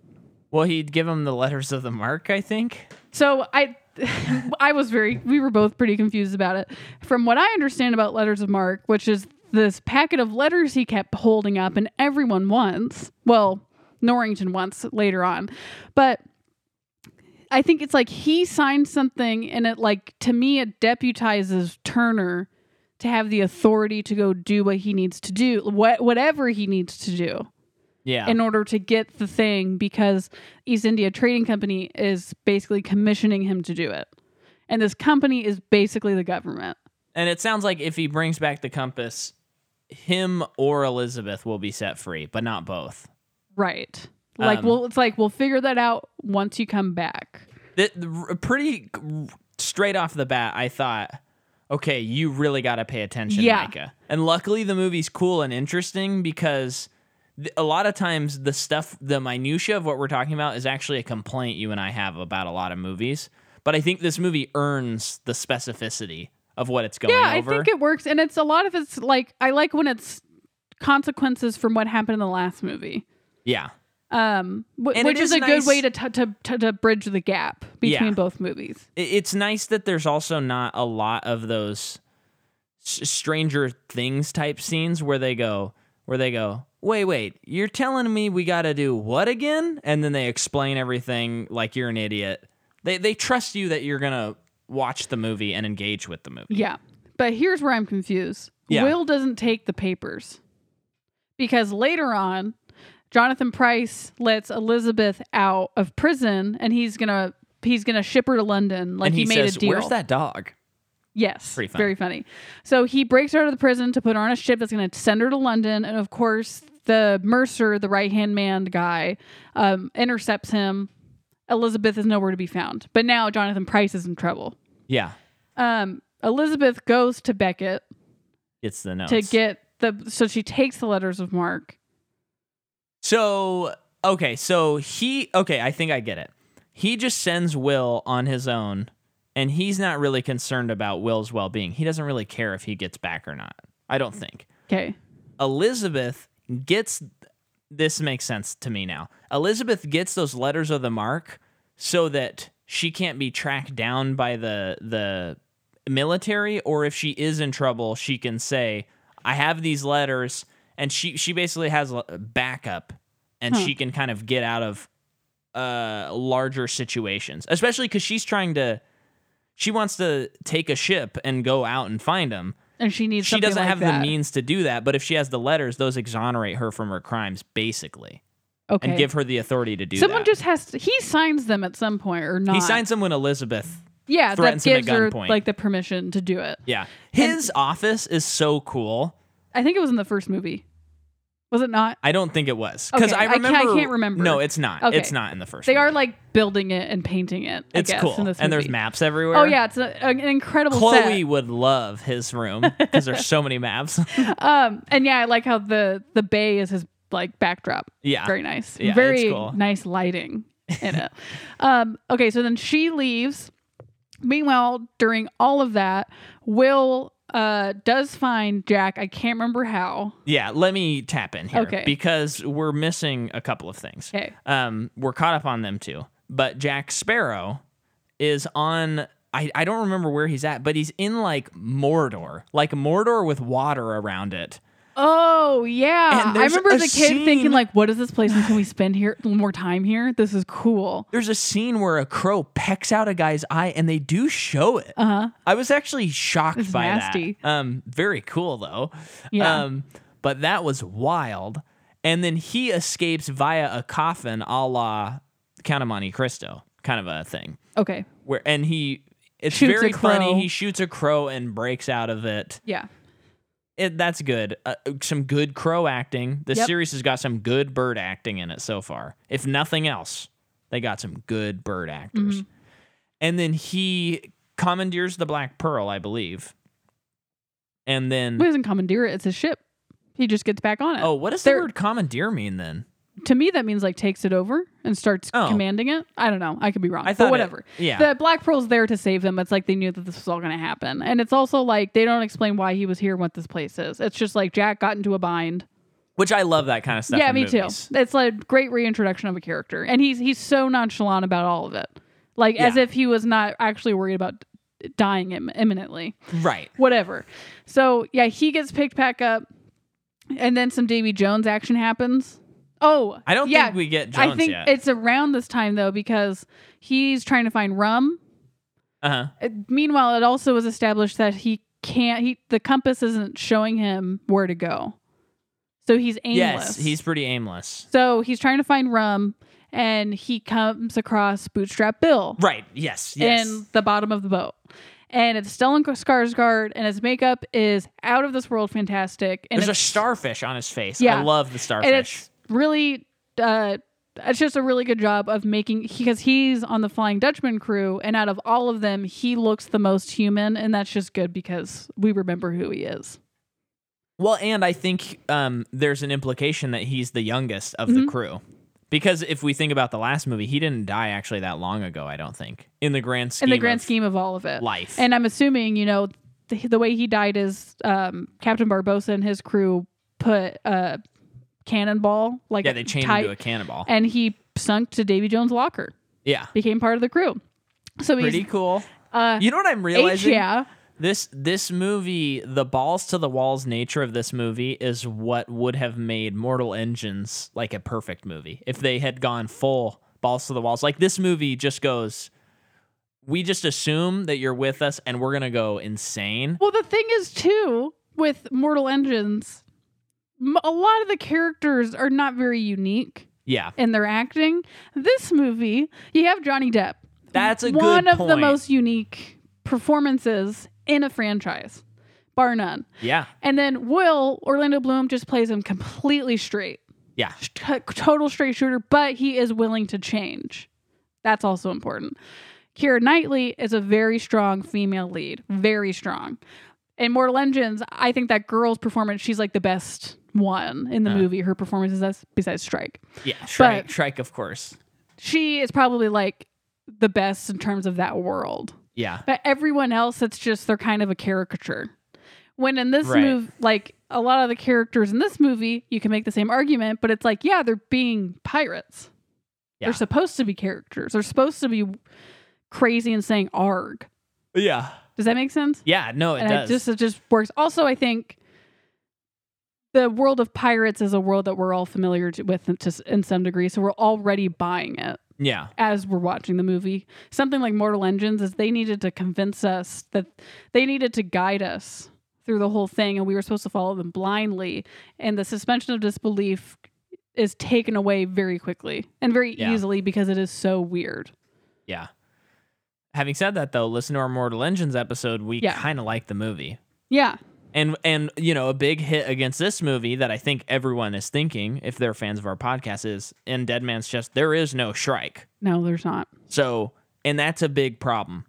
A: Well, he'd give him the letters of the mark, I think.
B: So I <laughs> I was very we were both pretty confused about it. From what I understand about letters of mark, which is this packet of letters he kept holding up and everyone wants. Well, Norrington wants later on. But I think it's like he signed something and it like to me it deputizes Turner to have the authority to go do what he needs to do, what whatever he needs to do
A: Yeah.
B: in order to get the thing because East India Trading Company is basically commissioning him to do it. And this company is basically the government.
A: And it sounds like if he brings back the compass, him or Elizabeth will be set free, but not both.
B: Right. Like
A: Um,
B: well it's like we'll figure that out once you come back.
A: Th- th- r- pretty g- straight off the bat, I thought, okay, you really got to pay attention,
B: Yeah.
A: Micah. And luckily, the movie's cool and interesting because th- a lot of times the stuff, the minutia of what we're talking about, is actually a complaint you and I have about a lot of movies. But I think this movie earns the specificity of what it's going
B: Yeah,
A: over.
B: I think it works and it's a lot of it's like I like when it's consequences from what happened in the last movie.
A: yeah.
B: Um wh-
A: And
B: which
A: it
B: is,
A: is
B: a good
A: nice-
B: way to, t- to to to bridge the gap between
A: Yeah.
B: both movies.
A: it- it's nice that there's also not a lot of those s- stranger things type scenes where they go where they go wait wait you're telling me we got to do what again and then they explain everything like you're an idiot they they trust you that you're going to watch the movie and engage with the movie
B: Yeah. But here's where I'm confused.
A: Yeah.
B: Will doesn't take the papers because later on, Jonathan Price lets Elizabeth out of prison and he's going to he's going to ship her to London like
A: and he,
B: made
A: says
B: a deal.
A: where's that dog
B: Yes.
A: Pretty funny.
B: Very funny. So he breaks her out of the prison to put her on a ship that's going to send her to London. And of course, the Mercer, the right hand man guy, um, intercepts him. Elizabeth is nowhere to be found. But now Jonathan Price is in trouble.
A: yeah
B: Um, Elizabeth goes to Beckett
A: it's the notes
B: to get the so she takes the letters of mark
A: So, okay, so he okay, I think I get it. He just sends Will on his own and he's not really concerned about Will's well-being. He doesn't really care if he gets back or not. I don't think.
B: okay
A: Elizabeth gets this makes sense to me now. Elizabeth gets those letters of the mark so that she can't be tracked down by the the military or if she is in trouble, she can say, "I have these letters." And she she basically has a backup and she can kind of get out of uh larger situations, especially cuz she's trying to she wants to take a ship and go out and find him
B: and she needs
A: she
B: something
A: doesn't
B: like
A: have
B: that.
A: the means to do that but if she has the letters those exonerate her from her crimes basically
B: okay
A: and give her the authority to do
B: someone
A: that
B: just has to he signs them at some point or not
A: he signs them when elizabeth
B: yeah that
A: threatens him at
B: gives her
A: gunpoint.
B: like the permission to do it
A: yeah his office is so cool
B: i think it was in the first movie was it not
A: i don't think it was because
B: Okay,
A: i
B: I can't-
A: remember
B: I can't remember.
A: no it's not
B: Okay.
A: it's not in the first
B: they are
A: movie.
B: like building it and painting it I
A: it's
B: guess,
A: cool
B: in this
A: and there's
B: movie.
A: maps everywhere
B: oh yeah it's a, an incredible set.
A: chloe would love his
B: <laughs>
A: room because there's so many maps
B: um and yeah i like how the the bay is his like backdrop
A: yeah
B: very nice
A: Yeah, it's
B: very
A: cool.
B: nice lighting in it um okay so then she leaves meanwhile during all of that will uh does find jack i can't remember how
A: yeah let me tap in here
B: Okay.
A: because we're missing a couple of things
B: okay
A: um, we're caught up on them too. But Jack Sparrow is on. I, I don't remember where he's at, but he's in like Mordor, like Mordor with water around it.
B: Oh yeah,
A: And
B: I
A: there's
B: remember
A: a
B: as a kid
A: scene-
B: thinking like, "What is this place? And can we spend here more time here? This is cool."
A: There's a scene where a crow pecks out a guy's eye, and they do show it.
B: Uh huh.
A: I was actually shocked
B: It's
A: by
B: nasty.
A: that. Um, very cool though.
B: Yeah.
A: Um, but that was wild. And then he escapes via a coffin, a la Count of Monte Cristo, kind of a thing.
B: Okay.
A: Where and he, it's
B: Shoots a
A: very
B: crow.
A: funny. He shoots a crow and breaks out of it.
B: Yeah.
A: it that's good. Uh, some good crow acting. The
B: Yep.
A: series has got some good bird acting in it so far. If nothing else, they got some good bird actors.
B: Mm-hmm.
A: And then he commandeers the Black Pearl, I believe. And then
B: Well, he doesn't commandeer it. It's his ship. He just gets back on it.
A: oh, what does the
B: there-
A: word commandeer mean then?
B: To me, that means like takes it over and starts
A: Oh.
B: commanding it. I don't know. I could be wrong.
A: I thought it-
B: but whatever.
A: yeah.
B: The Black Pearl's there to save them. It's like they knew that this was all going to happen, and it's also like they don't explain why he was here, and what this place is. It's just like Jack got into a bind.
A: Which I love that kind of stuff.
B: yeah,
A: in
B: me
A: movies.
B: too. It's like great reintroduction of a character, and he's he's so nonchalant about all of it, like as
A: Yeah.
B: if he was not actually worried about d- dying Im- imminently.
A: Right.
B: Whatever. So yeah, he gets picked back up, and then some Davy Jones action happens. Oh,
A: I don't
B: yeah,
A: think we get Jones
B: I think
A: yet.
B: it's around this time though because he's trying to find rum.
A: uh-huh.
B: Uh, Meanwhile, it also was established that he can't. He the compass isn't showing him where to go, so he's aimless.
A: Yes, he's pretty aimless.
B: So he's trying to find rum and he comes across Bootstrap Bill
A: Right. Yes. Yes.
B: in the bottom of the boat. And it's Stellan Skarsgård and his makeup is out of this world fantastic. And
A: There's a
B: it's-
A: starfish on his face.
B: Yeah.
A: I love the
B: and
A: starfish.
B: it's really uh it's just a really good job of making because he's on the Flying Dutchman crew, and out of all of them, he looks the most human, and that's just good because we remember who he is.
A: Well, and I think um, there's an implication that he's the youngest of
B: Mm-hmm.
A: the crew. Because if we think about the last movie, he didn't die actually that long ago, I don't think. In the grand scheme
B: in the grand
A: of
B: scheme of all of it.
A: life.
B: And I'm assuming, you know, the, the way he died is um, Captain Barbosa and his crew put a cannonball, like
A: yeah, they chained
B: tied-
A: him to a cannonball.
B: and he sunk to Davy Jones' locker,
A: yeah.
B: became part of the crew. So he's
A: Pretty cool.
B: uh,
A: You know what I'm
B: H,
A: realizing?
B: yeah,
A: This this movie, the balls to the walls nature of this movie is what would have made Mortal Engines like a perfect movie. If they had gone full balls to the walls. Like this movie just goes we just assume that you're with us and we're gonna go insane.
B: Well, the thing is, too, with Mortal Engines, m- a lot of the characters are not very unique
A: Yeah.
B: in their acting. This movie, you have Johnny Depp,
A: That's a
B: one
A: good
B: of the
A: point.
B: most unique performances in a franchise, bar none.
A: Yeah,
B: And then Will Orlando Bloom just plays him completely straight,
A: yeah,
B: T- total straight shooter, but he is willing to change. That's also important. Kira Knightley is a very strong female lead, very strong. In Mortal Engines, I think that girl's performance, she's like the best one in the
A: Uh.
B: movie. Her performance is us besides Strike.
A: yeah. Shrike,
B: But-
A: Shrike, of course.
B: She is probably like the best in terms of that world.
A: Yeah,
B: But everyone else, it's just they're kind of a caricature. When in this
A: Right.
B: move, like a lot of the characters in this movie, you can make the same argument, but it's like, yeah, they're being pirates.
A: Yeah.
B: They're supposed to be characters. They're supposed to be crazy and saying arg.
A: yeah,
B: Does that make sense?
A: yeah. No, it
B: and
A: does.
B: it just it just works. Also, I think the world of pirates is a world that we're all familiar to, with to, s- in some degree, so we're already buying it
A: yeah,
B: as we're watching the movie. Something like Mortal Engines is they needed to convince us that they needed to guide us through the whole thing and we were supposed to follow them blindly and the suspension of disbelief is taken away very quickly and very
A: Yeah.
B: easily because it is so weird.
A: yeah. Having said that, though, listen to our Mortal Engines episode. We
B: Yeah.
A: kind of like the movie,
B: Yeah.
A: and and you know, a big hit against this movie that I think everyone is thinking, if they're fans of our podcast, is in Dead Man's Chest. There is no Shrike,
B: No, there's not.
A: so and that's a big problem,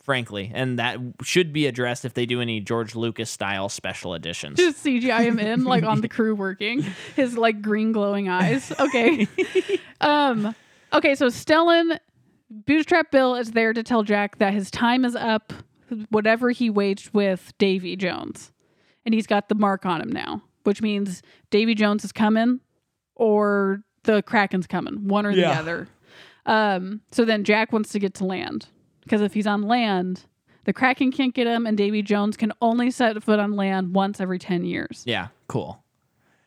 A: frankly, and that should be addressed if they do any George Lucas style special
B: <laughs>
A: editions.
B: Just CGI him in like on the crew working. His like green glowing eyes. Okay. um okay, so Stellan Bootstrap Bill is there to tell Jack that his time is up, whatever he waged with Davy Jones. And he's got the mark on him now, which means Davy Jones is coming or the Kraken's coming, one or the
A: Yeah.
B: other. Um so then Jack wants to get to land. because if he's on land, the Kraken can't get him, and Davy Jones can only set foot on land once every ten years.
A: Yeah, cool.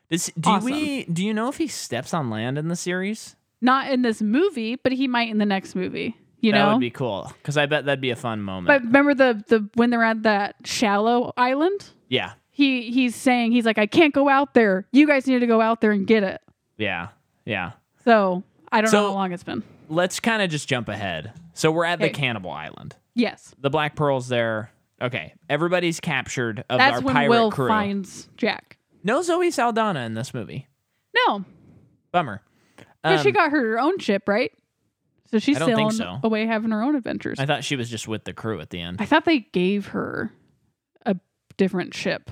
A: Does, do
B: Awesome.
A: we do you know if he steps on land in the series?
B: Not in this movie, but he might in the next movie. You
A: that
B: know,
A: would be cool because I bet that'd be a fun moment.
B: but remember the the when they're at that shallow island.
A: yeah,
B: He he's saying he's like I can't go out there. You guys need to go out there and get it.
A: yeah, yeah.
B: So I don't
A: So-
B: know how long it's been.
A: Let's kind of just jump ahead. So we're at the
B: Okay.
A: Cannibal Island.
B: Yes,
A: The Black Pearl's there. Okay, everybody's captured of
B: that's
A: our
B: when
A: pirate
B: Will
A: crew.
B: finds Jack.
A: No Zoe Saldana in this movie.
B: No,
A: Bummer.
B: because she
A: Um,
B: got her own ship, right? So she's
A: I don't think so.
B: sailing away having her own adventures.
A: I thought she was just with the crew at the end.
B: I thought they gave her a different ship.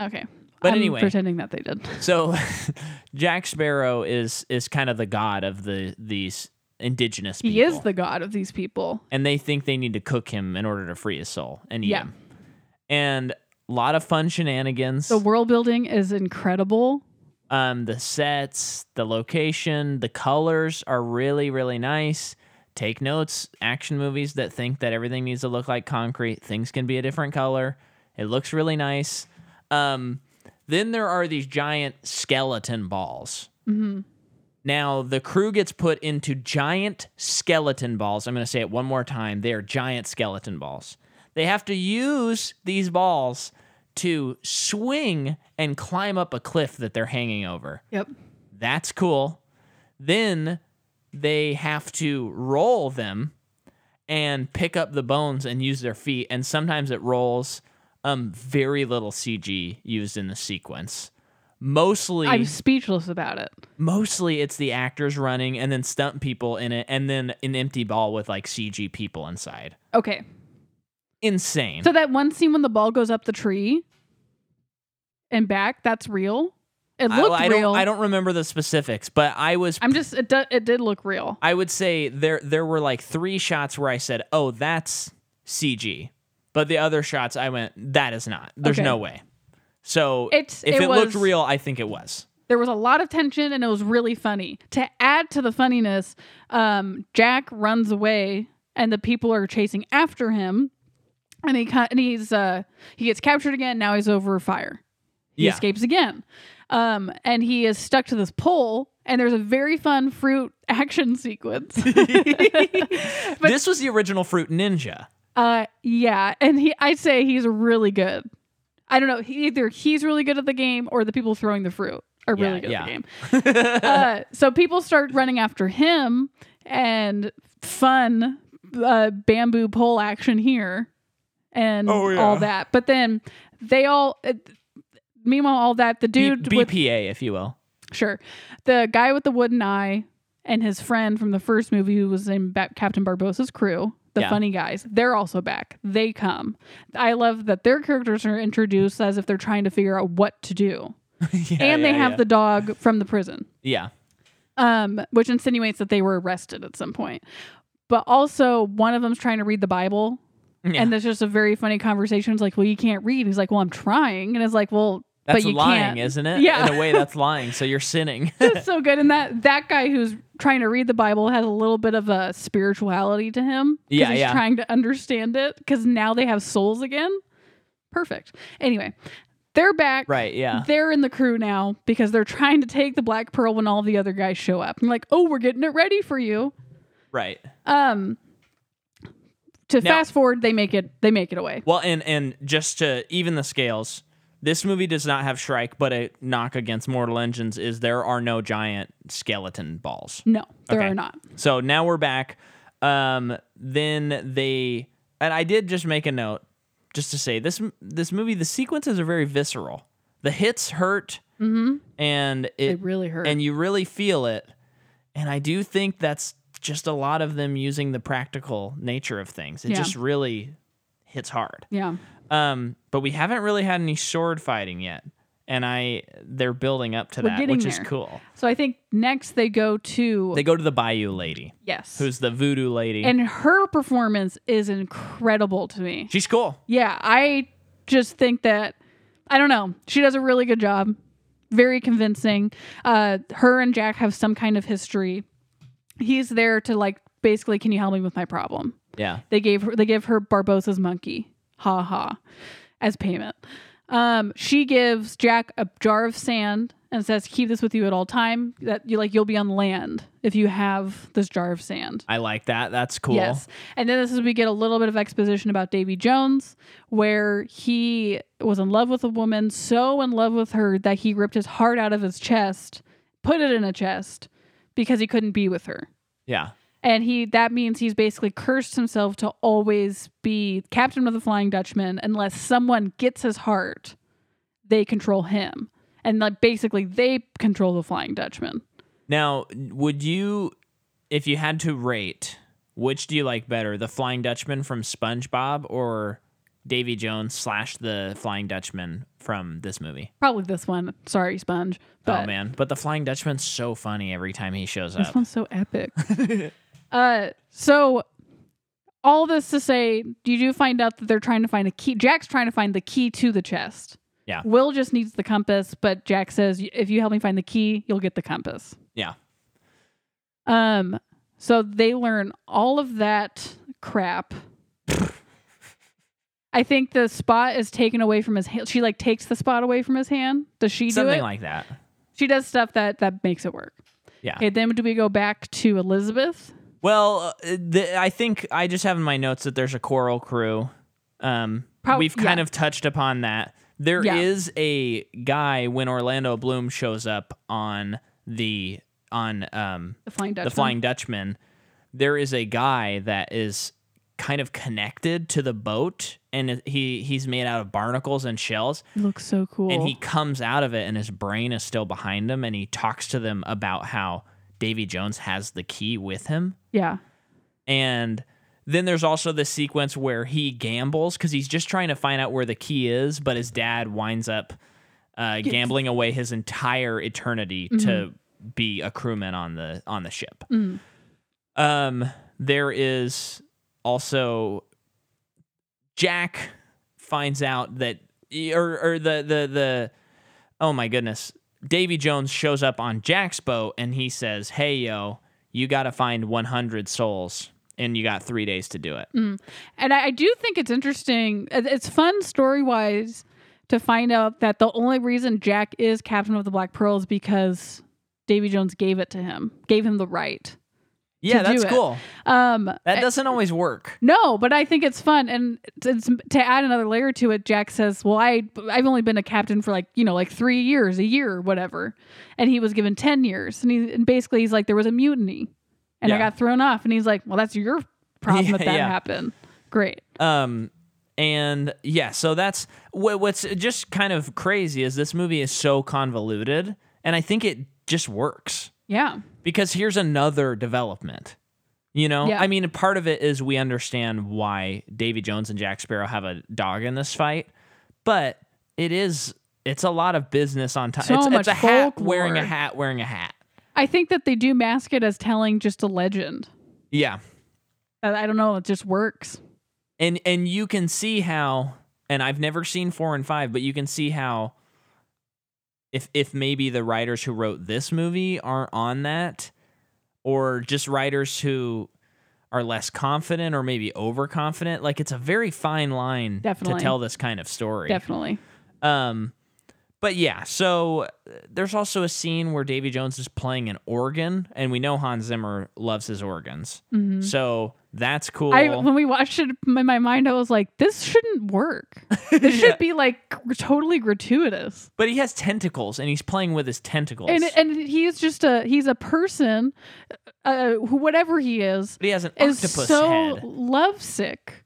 B: Okay.
A: But
B: I'm
A: anyway.
B: pretending that they did.
A: So <laughs> Jack Sparrow is is kind of the god of the these indigenous people.
B: He is the god of these people.
A: and they think they need to cook him in order to free his soul and eat
B: Yeah.
A: him. And a lot of fun shenanigans.
B: The world building is incredible.
A: um, the sets, the location, the colors are really, really nice. Take notes. Action movies that think that everything needs to look like concrete, things can be a different color. It looks really nice. Um, then there are these giant skeleton balls. Now the crew gets put into giant skeleton balls. I'm going to say it one more time. They are giant skeleton balls. They have to use these balls to swing and climb up a cliff that they're hanging over.
B: Yep.
A: That's cool. Then they have to roll them and pick up the bones and use their feet. And sometimes it rolls. Um, very little CG used in the sequence. Mostly,
B: I'm speechless about it.
A: mostly it's the actors running and then stunt people in it, and then an empty ball with like CG people inside.
B: Okay.
A: Insane.
B: So that one scene when the ball goes up the tree and back, that's real. It
A: I-
B: looked
A: I,
B: real.
A: don't. I don't remember the specifics, but I was
B: I'm just it, do, it did look real.
A: I would say there there were like three shots where I said, "Oh, that's CG," but the other shots I went, "That is not. There's
B: Okay.
A: no way." So
B: It's-
A: if it,
B: it
A: looked
B: was-
A: real, I think it was.
B: there was a lot of tension and it was really funny to add to the funniness um, jack runs away and the people are chasing after him and he cut and he's uh he gets captured again now he's over fire he
A: Yeah.
B: escapes again um and he is stuck to this pole and there's a very fun fruit <laughs> action sequence
A: this was the original Fruit Ninja.
B: uh yeah and he i'd say he's really good i don't know he, either he's really good at the game or the people throwing the fruit are
A: Yeah,
B: really good at
A: yeah.
B: the game uh, so people start running after him and fun uh, bamboo pole action here and
A: Oh, yeah.
B: all that. But then they all, uh, meanwhile, all that, the
A: B-
B: dude with,
A: BPA, if you will.
B: sure, the guy with the wooden eye and his friend from the first movie who was in ba- Captain Barbossa's crew, the
A: Yeah.
B: funny guys, they're also back. They come. I love that their characters are introduced as if they're trying to figure out what to do.
A: Yeah,
B: <laughs> and they
A: yeah,
B: have
A: yeah.
B: the dog from the prison
A: yeah.
B: um, which insinuates that they were arrested at some point. But also, one of them's trying to read the Bible,
A: Yeah.
B: and there's just a very funny conversation. It's like, "Well, you can't read." He's like, "Well, I'm trying," and it's like, "Well,
A: That's
B: but you
A: lying,
B: can't."
A: isn't it?
B: Yeah.
A: In a way, that's lying. So you're sinning. <laughs>
B: It's so good, and that that guy who's trying to read the Bible has a little bit of a spirituality to him. 'cause
A: Yeah,
B: he's
A: yeah.
B: trying to understand it because now they have souls again. Perfect. Anyway, they're back.
A: right. Yeah.
B: They're in the crew now because they're trying to take the Black Pearl when all the other guys show up. I'm like, oh, we're getting it ready for you.
A: Right.
B: Um, to
A: Now-
B: fast forward, they make it. They make it away.
A: Well, and and just to even the scales, this movie does not have Shrike, but a knock against Mortal Engines is there are no giant skeleton balls.
B: No, there
A: Okay.
B: are not.
A: So now we're back. Um, then they and I did just make a note just to say this m- this movie the sequences are very visceral. The hits hurt, and it,
B: Mm-hmm. They really hurt.
A: and you really feel it. And I do think that's just a lot of them using the practical nature of things. It
B: Yeah.
A: just really hits hard.
B: yeah,
A: Um, but we haven't really had any sword fighting yet, and I they're building up to
B: We're
A: that,
B: getting
A: which is
B: there.
A: cool.
B: so I think next they go to
A: They go to the Bayou Lady,
B: yes,
A: who's the voodoo lady,
B: and her performance is incredible to me.
A: she's cool.
B: Yeah, I just think that I don't know. She does a really good job. Very convincing. Uh, her and Jack have some kind of history. He's there to like basically, can you help me with my problem?
A: Yeah.
B: They gave her they give her Barbosa's monkey, ha ha, as payment. Um, she gives Jack a jar of sand and says, "Keep this with you at all time. That you like, you'll be on land if you have this jar of sand."
A: I like that. That's cool.
B: Yes. And then this is we get a little bit of exposition about Davy Jones, where he was in love with a woman, so in love with her that he ripped his heart out of his chest, put it in a chest, because he couldn't be with her.
A: Yeah.
B: And he that means he's basically cursed himself to always be captain of the Flying Dutchman unless someone gets his heart, they control him. And like basically they control the Flying Dutchman.
A: Now, would you, if you had to rate, which do you like better, the Flying Dutchman from SpongeBob or Davy Jones slash the Flying Dutchman from this movie?
B: Probably this one. Sorry, Sponge. But
A: oh man, but the Flying Dutchman's so funny every time he shows
B: This
A: up.
B: one's so
A: <laughs>
B: epic. uh, so all this to say, you do find out that they're trying to find a key. Jack's trying to find the key to the chest.
A: Yeah.
B: Will just needs the compass, but Jack says, "If you help me find the key, you'll get the compass."
A: Yeah.
B: Um. So they learn all of that
A: <laughs>
B: crap. I think the spot is taken away from his hand. She like takes the spot away from his hand. Does she do it?
A: Something like that.
B: she does stuff that that makes it work.
A: Yeah.
B: Okay, then do we go back to Elizabeth?
A: Well, uh, the, I think I just have in my notes that there's a choral crew. Um,
B: Prob-
A: we've kind
B: yeah.
A: of touched upon that. There is
B: Yeah.
A: a guy when Orlando Bloom shows up on the on um,
B: The Flying Dutchman.
A: the Flying Dutchman. There is a guy that is kind of connected to the boat, and he he's made out of barnacles and shells.
B: It looks so cool.
A: And he comes out of it, and his brain is still behind him, and he talks to them about how Davy Jones has the key with him.
B: yeah.
A: And then there's also the sequence where he gambles because he's just trying to find out where the key is, but his dad winds up uh, gambling away his entire eternity to be a crewman on the on the ship.
B: Mm.
A: Um, there is also Jack finds out that or or the the the oh my goodness. Davy Jones shows up on Jack's boat and he says, "Hey yo, you got to find 100 souls and you got 3 days to do it."
B: And I, I do think it's interesting. it- It's fun story wise to find out that the only reason Jack is captain of the Black Pearl is because Davy Jones gave it to him, gave him the right.
A: Yeah,
B: do
A: that's
B: it.
A: cool.
B: Um,
A: That doesn't always work.
B: No, but I think it's fun, and it's, it's- to add another layer to it. Jack says, "Well, I I've only been a captain for like you know like three years, a year, or whatever," and he was given ten years, and he and basically he's like there was a mutiny, and I
A: Yeah.
B: got thrown off, and he's like, "Well, that's your problem
A: Yeah,
B: if that
A: yeah.
B: happened." Great.
A: Um, and yeah, so that's wha- what's just kind of crazy is this movie is so convoluted, and I think it just works
B: Yeah.
A: because here's another development. You know,
B: Yeah.
A: I mean, part of it is we understand why Davy Jones and Jack Sparrow have a dog in this fight, but it is it's a lot of business on top.
B: So
A: it's,
B: much
A: it's a hat
B: folklore.
A: wearing a hat wearing a hat.
B: I think that they do mask it as telling just a legend.
A: Yeah,
B: I, I don't know. It just works.
A: and and you can see how and I've never seen 4 and 5 but you can see how if if maybe the writers who wrote this movie aren't on that or just writers who are less confident or maybe overconfident like it's a very fine line
B: Definitely.
A: to tell this kind of story
B: Definitely.
A: um but yeah so uh, there's also a scene where Davy Jones is playing an organ and we know Hans Zimmer loves his organs
B: Mhm.
A: so that's cool
B: I when we watched it in my mind, I was like, "This shouldn't work.
A: <laughs>
B: This should be like totally gratuitous."
A: But he has tentacles, and he's playing with his tentacles.
B: and and he's just a he's a person uh who whatever he is
A: but he has an
B: is
A: octopus
B: so
A: head.
B: lovesick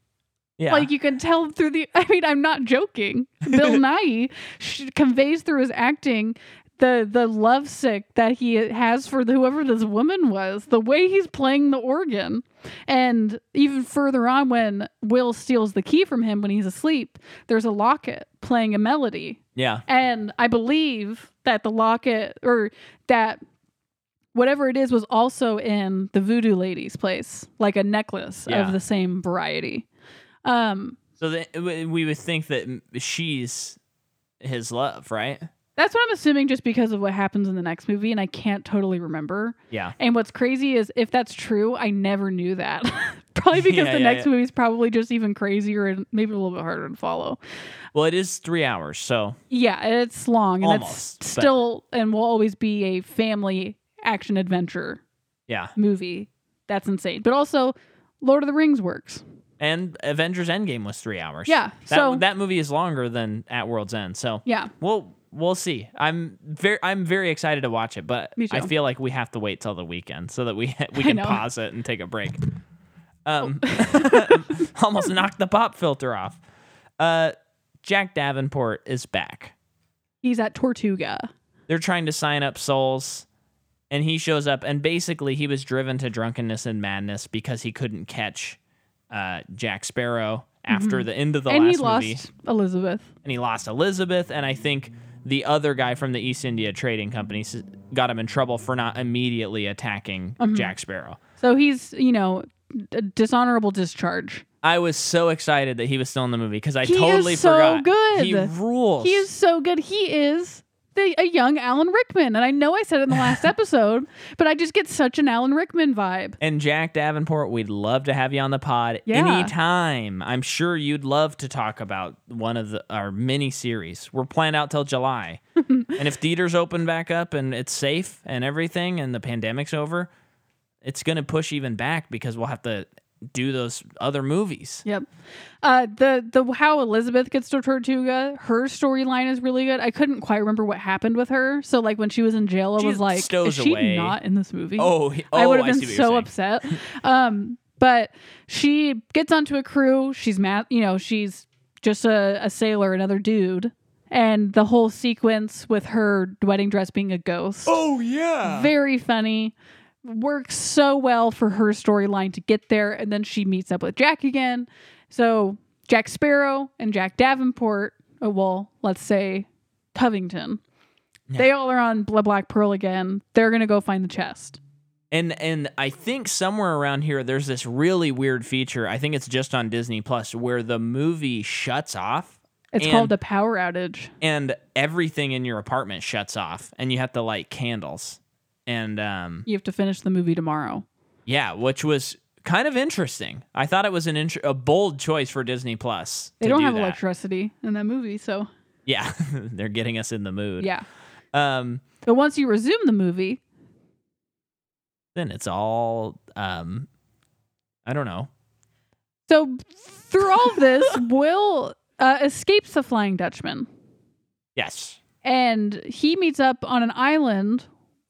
A: Yeah,
B: like you can tell through the <laughs> i mean i'm not joking
A: <laughs>
B: bill nye sh- conveys through his acting the the lovesick that he has for the, whoever this woman was the way he's playing the organ and even further on when will steals the key from him when he's asleep there's a locket playing a melody
A: yeah,
B: and I believe that the locket or that whatever it is was also in the voodoo lady's place, like a necklace
A: Yeah.
B: of the same variety. Um,
A: so the, we we would think that m- she's his love, right?
B: That's what I'm assuming just because of what happens in the next movie, and I can't totally remember.
A: Yeah.
B: And what's crazy is if that's true, I never knew that. <laughs> probably
A: <laughs>
B: because
A: Yeah,
B: the
A: yeah,
B: next
A: yeah.
B: movie's probably just even crazier and maybe a little bit harder to follow.
A: Well, it is three hours, so
B: Yeah, it's long and
A: Almost, but-
B: it's still and will always be a family action adventure
A: yeah.
B: movie. That's insane. But also Lord of the Rings works.
A: And Avengers Endgame was three hours.
B: Yeah,
A: That,
B: so-
A: that movie is longer than At World's End. So
B: Yeah.
A: we'll we'll see. I'm very I'm very excited to watch it, but
B: Me
A: I
B: too.
A: feel like we have to wait till the weekend so that we <laughs> we
B: I
A: can
B: know. Oh.
A: pause it and take a break. Um, <laughs> almost knocked the pop filter off. Uh, Jack Davenport is back.
B: He's at Tortuga.
A: They're trying to sign up souls, and he shows up. And basically, he was driven to drunkenness and madness because he couldn't catch uh, Jack Sparrow after the end of the
B: Mm-hmm. and
A: last
B: he lost
A: movie
B: Elizabeth.
A: and he lost Elizabeth. And I think the other guy from the East India Trading Company s- got him in trouble for not immediately attacking
B: Mm-hmm.
A: Jack Sparrow.
B: So he's, you know, a dishonorable discharge.
A: I was so excited that he was still in the movie because I
B: He is
A: totally
B: so
A: forgot.
B: good.
A: He rules.
B: He is so good. He is the, a young Alan Rickman. And I know I said it in
A: <laughs>
B: the last episode, but I just get such an Alan Rickman vibe.
A: and Jack Davenport, we'd love to have you on the pod
B: Yeah.
A: anytime. I'm sure you'd love to talk about one of the, our mini series. We're planned out till July. and if theaters open back up and it's safe and everything and the pandemic's over, it's going to push even back because we'll have to do those other movies.
B: Yep. Uh, the the how Elizabeth gets to Tortuga, her storyline is really good. I couldn't quite remember what happened with her. So like when she was in jail, I
A: She
B: was like, is
A: stows
B: she
A: away.
B: not in this movie?
A: Oh, he- oh,
B: I would have
A: see
B: been
A: what you're
B: so
A: saying.
B: upset. Um, but she gets onto a crew. She's mad. You know, she's just a, a sailor, another dude, and the whole sequence with her wedding dress being a ghost.
A: Oh, yeah.
B: Very funny. Works so well for her storyline to get there, and then she meets up with Jack again. So Jack Sparrow and Jack Davenport, oh, well, let's say Covington, they all are on Bla- Black Pearl again. They're gonna go find the chest.
A: And and I think somewhere around here there's this really weird feature. I think it's just on Disney Plus where the movie shuts off
B: It's
A: And-
B: called a power outage.
A: and everything in your apartment shuts off and you have to light candles. And um
B: You have to finish the movie tomorrow.
A: yeah, which was kind of interesting. I thought it was an int- a bold choice for Disney Plus.
B: They
A: to
B: don't
A: do
B: have
A: that.
B: electricity in that movie, so
A: Yeah, <laughs> they're getting us in the mood.
B: yeah.
A: Um
B: But once you resume the movie,
A: then it's all um I don't know.
B: so through all
A: <laughs>
B: this, Will uh, escapes the Flying Dutchman,
A: Yes.
B: and he meets up on an island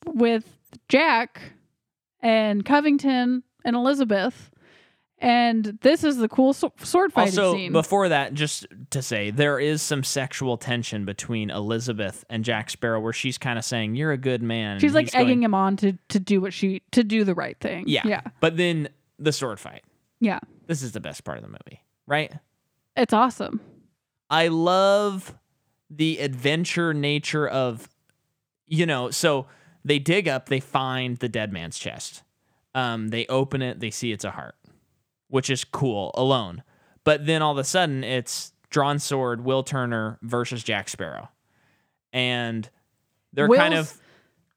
B: with Jack and Covington and Elizabeth. And this is the cool so- sword fighting
A: also,
B: scene.
A: before that, just to say, there is some sexual tension between Elizabeth and Jack Sparrow, where she's kind of saying, "You're a good man." and
B: She's like
A: he's
B: egging
A: going,
B: him on to to do what she to do the right thing.
A: Yeah,
B: yeah,
A: But then the sword fight.
B: yeah.
A: This is the best part of the movie, right?
B: It's awesome.
A: I love the adventure nature of, you know. So they dig up, they find the dead man's chest. Um, they open it, they see it's a heart, which is cool alone. But then all of a sudden, it's drawn sword, Will Turner versus Jack Sparrow, and they're kind
B: Will's-
A: of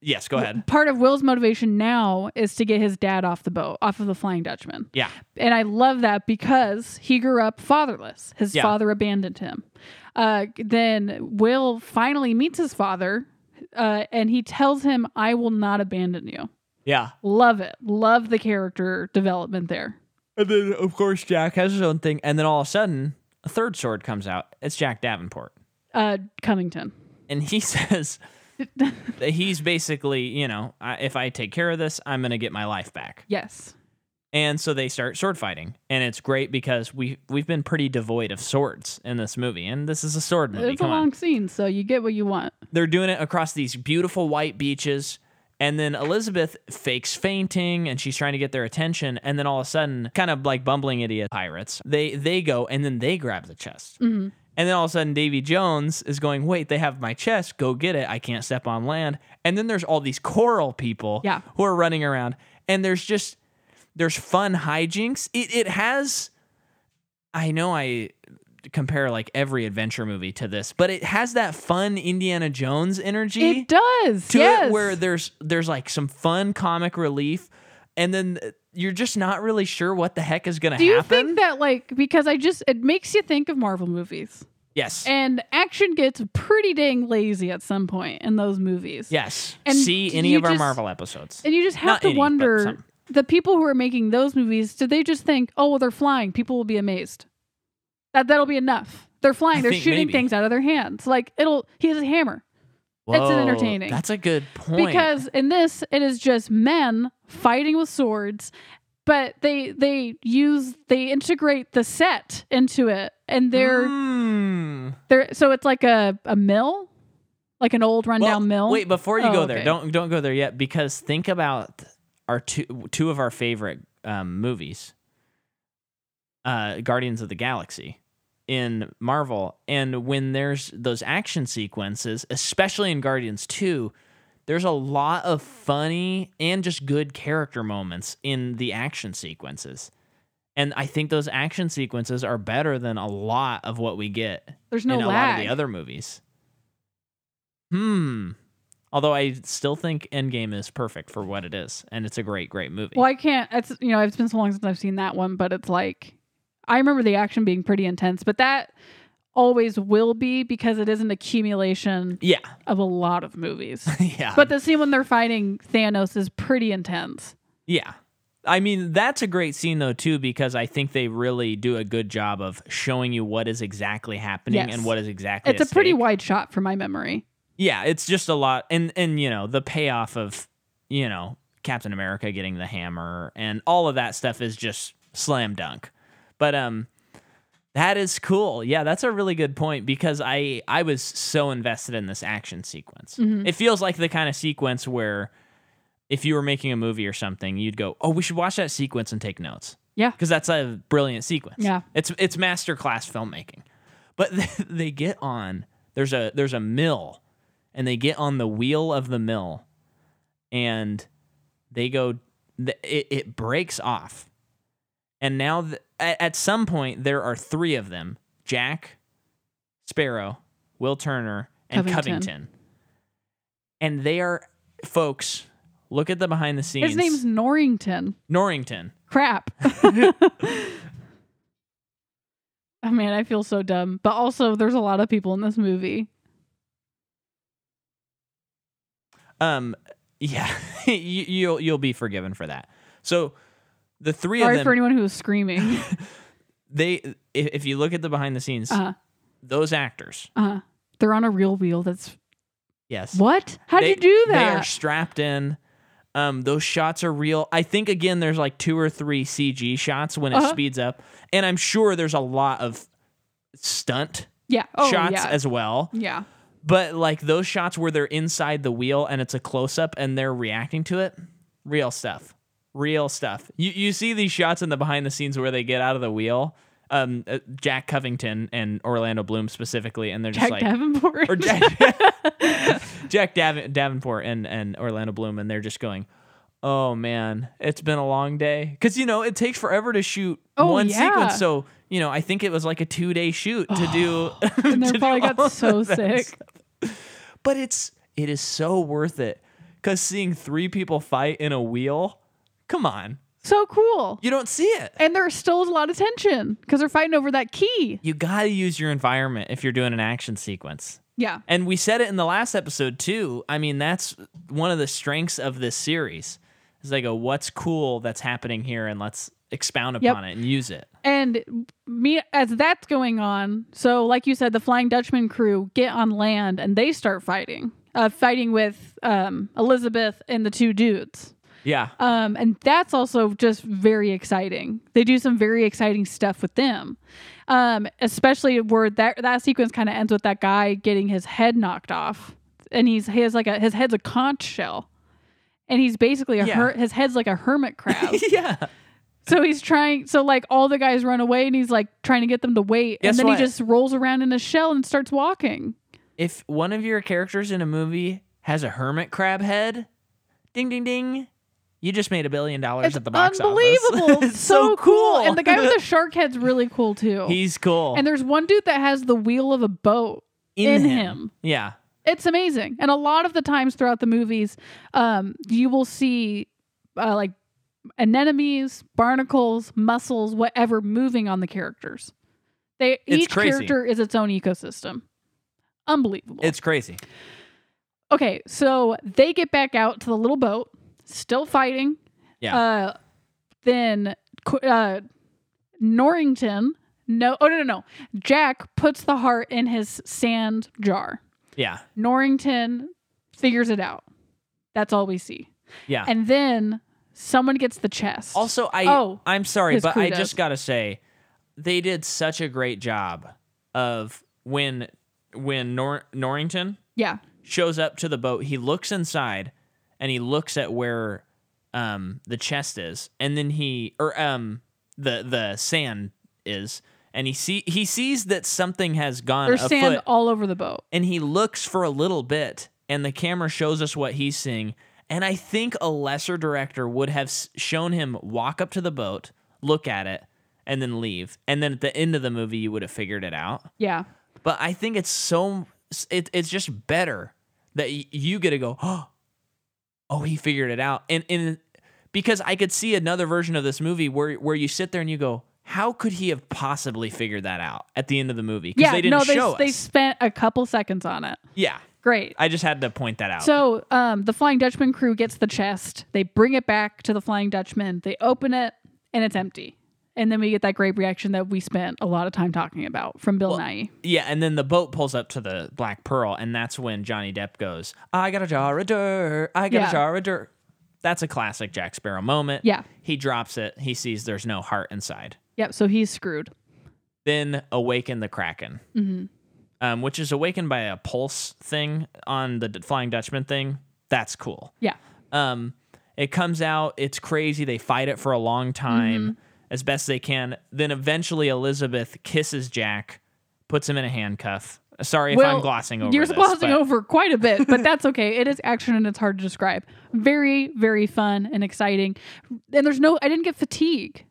A: yes. Go ahead.
B: Part of Will's motivation now is to get his dad off the boat, off of the Flying Dutchman.
A: Yeah,
B: And I love that because he grew up fatherless. His
A: Yeah.
B: father abandoned him. Uh, then Will finally meets his father uh, and he tells him, I will not abandon you.
A: yeah.
B: Love it. Love the character development there.
A: And then, of course, Jack has his own thing. And then all of a sudden, a third sword comes out. It's Jack Davenport.
B: Uh, Covington.
A: and he <laughs> says that he's basically, you know, I, if I take care of this, I'm going to get my life back.
B: Yes.
A: And so they start sword fighting, and it's great because we we've been pretty devoid of swords in this movie, and this is a sword movie.
B: it's a
A: Come
B: long
A: on,
B: scene, so you get what you want.
A: they're doing it across these beautiful white beaches. And then Elizabeth fakes fainting and she's trying to get their attention. And then all of a sudden, kind of like bumbling idiot pirates, they they go and then they grab the chest. And then all of a sudden, Davy Jones is going, Wait, they have my chest. Go get it. I can't step on land. And then there's all these coral people
B: Yeah.
A: who are running around. And there's just, there's fun hijinks. It, it has, I know I compare like every adventure movie to this, but it has that fun Indiana Jones energy
B: It does.
A: to
B: yes.
A: it where there's there's like some fun comic relief and then uh, you're just not really sure what the heck is going to
B: Do you
A: happen.
B: think that like because I just it makes you think of Marvel movies.
A: yes.
B: And action gets pretty dang lazy at some point in those movies.
A: yes.
B: and
A: See
B: do
A: any
B: you
A: of our
B: just-
A: Marvel episodes.
B: And you just have
A: Not
B: to
A: any, but
B: wonder
A: some.
B: the people who are making those movies, do they just think, oh well they're flying, people will be amazed. That that'll be enough. They're flying,
A: I
B: they're
A: think
B: shooting
A: maybe.
B: things out of their hands. Like it'll he has a hammer. it's an
A: Whoa,
B: entertaining.
A: That's a good point.
B: Because in this, it is just men fighting with swords, but they they use they integrate the set into it, and they're
A: Mm.
B: they're so it's like a a mill, like an old rundown
A: Well,
B: mill.
A: Wait, before you
B: Oh,
A: go there,
B: okay.
A: don't don't go there yet because think about our two two of our favorite um, movies, uh, Guardians of the Galaxy, in Marvel, and when there's those action sequences, especially in Guardians Two. There's a lot of funny and just good character moments in the action sequences. And I think those action sequences are better than a lot of what we get
B: There's no
A: in a lot of
B: lag.
A: the other movies. Hmm. Although I still think Endgame is perfect for what it is, and it's a great, great movie.
B: well, I can't. It's you know, it's been so long since I've seen that one, but it's like I remember the action being pretty intense, but that always will be because it is an accumulation
A: Yeah, <laughs>
B: of a lot of movies.
A: yeah,
B: but the scene when they're fighting Thanos is pretty intense.
A: yeah. I mean, that's a great scene though too, because I think they really do a good job of showing you what is exactly happening
B: Yes.
A: and what is exactly.
B: It's a
A: at
B: pretty
A: stake.
B: wide shot from my memory.
A: Yeah, it's just a lot, and and you know the payoff of you know Captain America getting the hammer and all of that stuff is just slam dunk. But um, that is cool. Yeah, that's a really good point because I I was so invested in this action sequence.
B: Mm-hmm.
A: It feels like the kind of sequence where if you were making a movie or something, you'd go, "Oh, we should watch that sequence and take notes."
B: Yeah.
A: because that's a brilliant sequence.
B: Yeah.
A: it's it's masterclass filmmaking. But <laughs> they, they get on there's a there's a mill, and they get on the wheel of the mill, and they go th- it, it breaks off, and now th- at, at some point there are three of them: Jack, Sparrow, Will Turner, and
B: Covington.
A: Covington. And they are folks. Look at the behind the scenes.
B: His name's Norrington.
A: Norrington. <laughs>
B: Crap. oh man, I feel so dumb. But also, there's a lot of people in this movie.
A: Um, yeah, <laughs> you, you'll you'll be forgiven for that. So the three
B: Sorry
A: of
B: for
A: them,
B: anyone who
A: <laughs>
B: was screaming.
A: they if, if you look at the behind the scenes,
B: Uh,
A: those actors,
B: uh, they're on a real wheel. That's
A: yes,
B: what? How'd
A: They-
B: you do
A: They are
B: that?
A: strapped in. Um, those shots are real. I think again, there's like two or three CG shots when it
B: Uh-huh.
A: speeds up, and I'm sure there's a lot of stunt
B: yeah. Oh,
A: shots
B: yeah.
A: as well.
B: yeah.
A: But like those shots where they're inside the wheel and it's a close up and they're reacting to it, real stuff. Real stuff. You you see these shots in the behind the scenes where they get out of the wheel, um, uh, Jack Covington and Orlando Bloom specifically, and they're just
B: Jack
A: like
B: Davenport. <laughs>
A: or Jack <laughs> Jack Daven- Davenport and and Orlando Bloom, and they're just going, "Oh man, it's been a long day," because you know it takes forever to shoot
B: Oh,
A: one
B: yeah.
A: sequence. So you know, I think it was like a two day shoot to
B: <gasps>
A: do. <laughs>
B: and
A: to
B: they
A: do
B: probably
A: all
B: got so
A: of that
B: sick.
A: but it's it is so worth it because seeing three people fight in a wheel come on
B: So cool.
A: you don't see it
B: And there's still a lot of tension because they're fighting over that key.
A: you gotta use your environment if you're doing an action sequence
B: Yeah.
A: and we said it in the last episode too i mean that's one of the strengths of this series is like a what's cool that's happening here and let's expound
B: Yep.
A: upon it and use it
B: And me as that's going on, so like you said, the Flying Dutchman crew get on land and they start fighting, uh, fighting with um, Elizabeth and the two dudes. <laughs>
A: yeah
B: Um, and that's also just very exciting. They do some very exciting stuff with them, um, especially where that that sequence kind of ends with that guy getting his head knocked off, and he's he has like a his head's a conch shell, and he's basically a
A: Yeah.
B: her, his head's like a
A: <laughs>
B: hermit crab.
A: yeah
B: So he's trying. So like all the guys run away, and he's like trying to get them to wait,
A: Guess
B: and then
A: what?
B: he just rolls around in a shell and starts walking.
A: if one of your characters in a movie has a hermit crab head ding ding ding You just made a billion dollars
B: It's
A: at the box
B: unbelievable.
A: office. <laughs> it's so, cool.
B: And the
A: <laughs>
B: guy with the shark head's really cool too.
A: He's cool.
B: and there's one dude that has the wheel of a boat in, him.
A: Yeah.
B: It's amazing. And a lot of the times throughout the movies, um, you will see uh, like anemones, barnacles, mussels, whatever moving on the characters. They
A: It's
B: each
A: crazy.
B: character is its own ecosystem. Unbelievable.
A: It's crazy.
B: Okay, so they get back out to the little boat, still fighting.
A: Yeah.
B: Uh, then Qu- uh, Norrington, no, oh no, no, no. Jack puts the heart in his sand jar.
A: Yeah.
B: Norrington figures it out. That's all we see.
A: Yeah.
B: And then someone gets the chest.
A: Ah. Also, I
B: Oh,
A: I'm sorry,
B: his
A: but I
B: kudos.
A: just gotta say, they did such a great job of when when Nor- Norrington
B: yeah,
A: shows up to the boat. He looks inside and he looks at where um the chest is, and then he or um the the sand is, and he see he sees that something has gone
B: there's sand
A: afoot,
B: all over the boat.
A: and he looks for a little bit, and the camera shows us what he's seeing. And I think a lesser director would have s- shown him walk up to the boat, look at it, and then leave. And then at the end of the movie, you would have figured it out.
B: Yeah,
A: But I think it's so it, it's just better that y- you get to go, oh, oh, he figured it out, and and because I could see another version of this movie where where you sit there and you go, how could he have possibly figured that out at the end of the movie? Because
B: yeah.
A: they didn't
B: no,
A: show
B: they they
A: us.
B: spent a couple seconds on it.
A: yeah,
B: Great.
A: I just had to point that out.
B: So um, the Flying Dutchman crew gets the chest. They bring it back to the Flying Dutchman. They open it, and it's empty. And then we get that great reaction that we spent a lot of time talking about from Bill Nye.
A: yeah, and then the boat pulls up to the Black Pearl, and that's when Johnny Depp goes, "I got a jar of dirt. I got
B: Yeah.
A: a jar of dirt." That's a classic Jack Sparrow moment.
B: Yeah.
A: he drops it. He sees there's no heart inside.
B: Yep. So he's screwed.
A: Then awaken the Kraken,
B: Mm-hmm.
A: um, which is awakened by a pulse thing on the D- Flying Dutchman thing. That's cool.
B: Yeah.
A: Um, it comes out. It's crazy. They fight it for a long time
B: Mm-hmm.
A: as best they can. Then eventually Elizabeth kisses Jack, puts him in a handcuff. Sorry if I'm glossing over.
B: You're
A: this,
B: glossing
A: but
B: over quite a bit,
A: <laughs>
B: but that's okay. It is action and it's hard to describe. Very, very fun and exciting. And there's no, I didn't get fatigue.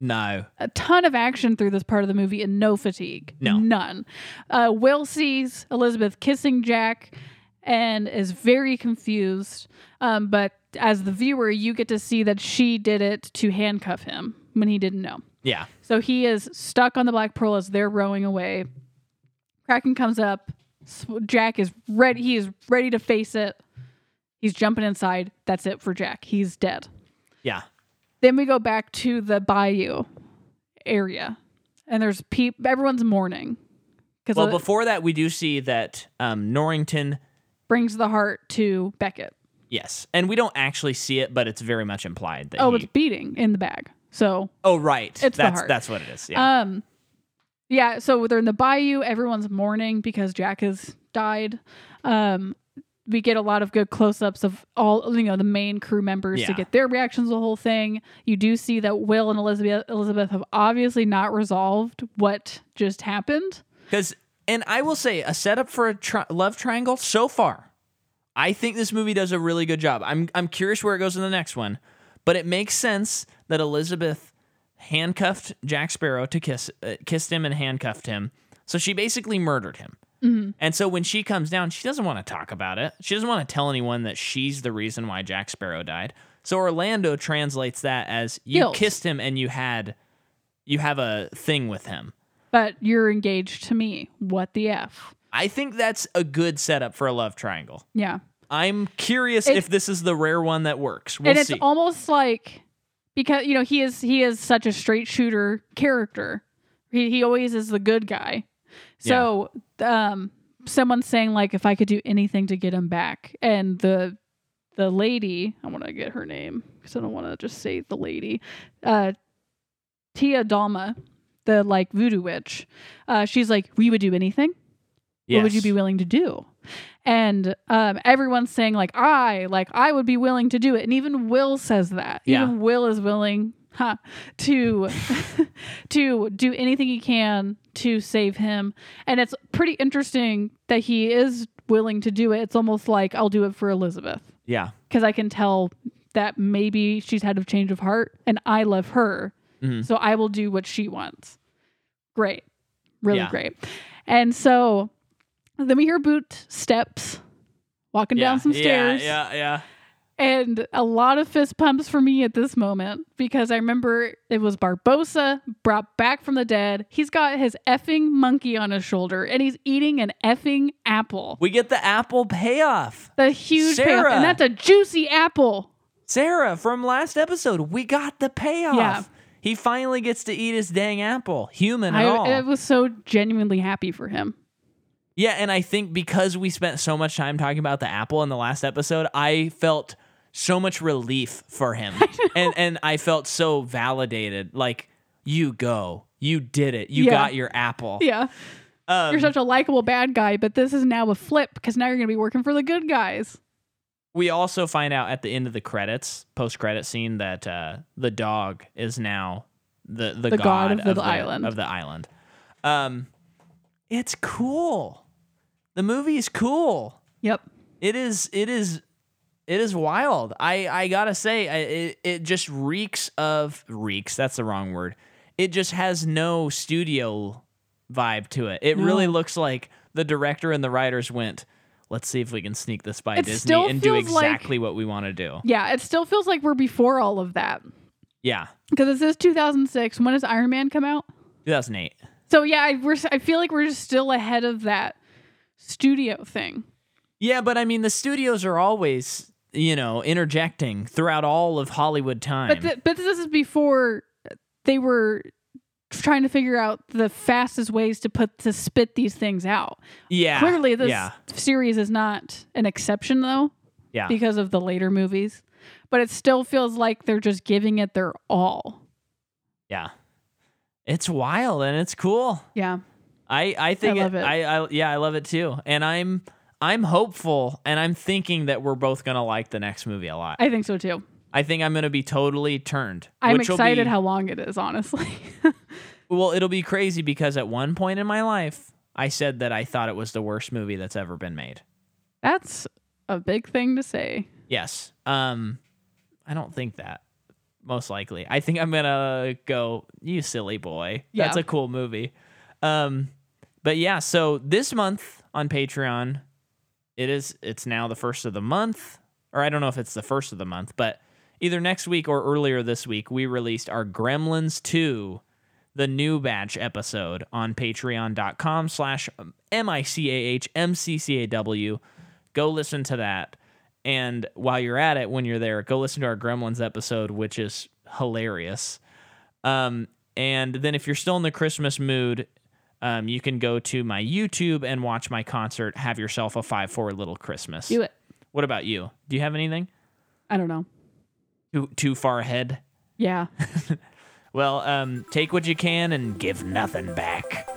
A: No.
B: a ton of action through this part of the movie and no fatigue.
A: No.
B: None. Uh, Will sees Elizabeth kissing Jack and is very confused. Um, but as the viewer, you get to see that she did it to handcuff him when he didn't know.
A: Yeah.
B: So he is stuck on the Black Pearl as they're rowing away. Kraken comes up. Sw- Jack is ready. He is ready to face it. He's jumping inside. That's it for Jack. He's dead.
A: Yeah.
B: Then we go back to the bayou area, and there's peep. Everyone's mourning because
A: Well,
B: it
A: before that, we do see that um, Norrington.
B: brings the heart to Beckett.
A: Yes, and we don't actually see it, but it's very much implied that.
B: Oh,
A: he-
B: it's beating in the bag. So
A: oh, right.
B: it's the
A: that's
B: heart.
A: that's what it is. Yeah.
B: Um, yeah. So they're in the bayou. Everyone's mourning because Jack has died. Um, we get a lot of good close-ups of all you know the main crew members to
A: Yeah.
B: get their reactions to the whole thing. You do see that Will and Elizabeth Elizabeth have obviously not resolved what just happened.
A: Because, and I will say, a setup for a tri- love triangle so far. I think this movie does a really good job. I'm I'm curious where it goes in the next one, but it makes sense that Elizabeth handcuffed Jack Sparrow to kiss uh, kissed him and handcuffed him. So she basically murdered him. And so when she comes down, she doesn't want to talk about it. She doesn't want to tell anyone that she's the reason why Jack Sparrow died. So Orlando translates that as you
B: Guilt.
A: kissed him and you had you have a thing with him.
B: but you're engaged to me. What the F?
A: I think that's a good setup for a love triangle.
B: Yeah.
A: I'm curious
B: It's-
A: if this is the rare one that works. We'll
B: and it's
A: see.
B: almost like because you know, he is he is such a straight shooter character. He he always is the good guy. So um someone's saying like if I could do anything to get him back and the the lady, I want to get her name because I don't want to just say the lady. Uh Tia Dalma, the like voodoo witch. Uh she's like we would do anything what would you
A: Yes.
B: be willing to do and um, everyone's saying like i like i would be willing to do it and even will says that
A: Yeah.
B: even will is willing huh, to <laughs> to do anything he can to save him and it's pretty interesting that he is willing to do it it's almost like i'll do it for elizabeth
A: Yeah.
B: because i can tell that maybe she's had a change of heart and I love her.
A: Mhm.
B: So I will do what she wants. Great. Really
A: Yeah.
B: great. And so then we hear boot steps walking
A: yeah,
B: down some stairs.
A: Yeah, yeah, yeah.
B: And a lot of fist pumps for me at this moment because I remember it was Barbosa brought back from the dead. He's got his effing monkey on his shoulder and he's eating an effing apple.
A: We get the apple payoff.
B: The huge payoff.
A: Sarah.
B: And that's a juicy apple.
A: Sarah from last episode, we got the payoff.
B: Yeah.
A: He finally gets to eat his dang apple, human
B: I,
A: at all.
B: I was so genuinely happy for him.
A: yeah, and I think because we spent so much time talking about the apple in the last episode, I felt so much relief for
B: <laughs>
A: him. And and I felt so validated. Like, you go. You did it. You
B: Yeah.
A: got your apple.
B: Yeah.
A: Um,
B: You're such a likable bad guy, but this is now a flip because now you're going to be working for the good guys.
A: we also find out at the end of the credits, post credit scene, that uh, the dog is now the the,
B: The god of the island.
A: of the island. Um, it's cool. The movie is cool.
B: Yep.
A: It is. It is. It is wild. I I gotta say, I- it it just reeks of reeks. That's the wrong word. It just has no studio vibe to it. It really looks like the director and the writers went. Let's see if we can sneak this by
B: It
A: Disney
B: still
A: and do
B: feels like-
A: exactly what we want to do.
B: Yeah. It still feels like we're before all of that
A: Yeah,
B: because this is 2006. When does Iron Man come out?
A: 2008.
B: So yeah, I, we're, I feel like we're just still ahead of that studio thing.
A: Yeah, but I mean, the studios are always you know interjecting throughout all of Hollywood time.
B: But th- but this is before they were trying to figure out the fastest ways to put to spit these things out.
A: yeah,
B: Clearly, this
A: yeah,
B: series is not an exception though,
A: yeah.
B: because of the later movies. But it still feels like they're just giving it their all.
A: Yeah. It's wild and it's cool.
B: Yeah,
A: I I think
B: love it.
A: I, I yeah, I love it too. And I'm I'm hopeful and I'm thinking that we're both going to like the next movie a lot. I,
B: I think so too.
A: think I'm going to be totally turned.
B: I'm
A: which will
B: excited
A: be-
B: how long it is, honestly. <laughs>
A: Well, it'll be crazy because at one point in my life, I said that I thought it was the worst movie that's ever been made.
B: That's a big thing to say.
A: Yes. Um I don't think that most likely. I think I'm going to go you silly boy. That's
B: Yeah.
A: a cool movie. Um but yeah, so this month on Patreon it is it's now the first of the month or I don't know if it's the first of the month, but either next week or earlier this week we released our Gremlins 2 the new batch episode on patreon.com slash m-i-c-a-h-m-c-c-a-w go listen to that and while you're at it when you're there go listen to our gremlins episode which is hilarious um, and then if you're still in the christmas mood um, you can go to my youtube and watch my concert have yourself a 5-4 little christmas
B: Do it.
A: what about you do you have anything
B: I don't know.
A: too, too far ahead
B: Yeah.
A: well um, take what you can and give nothing back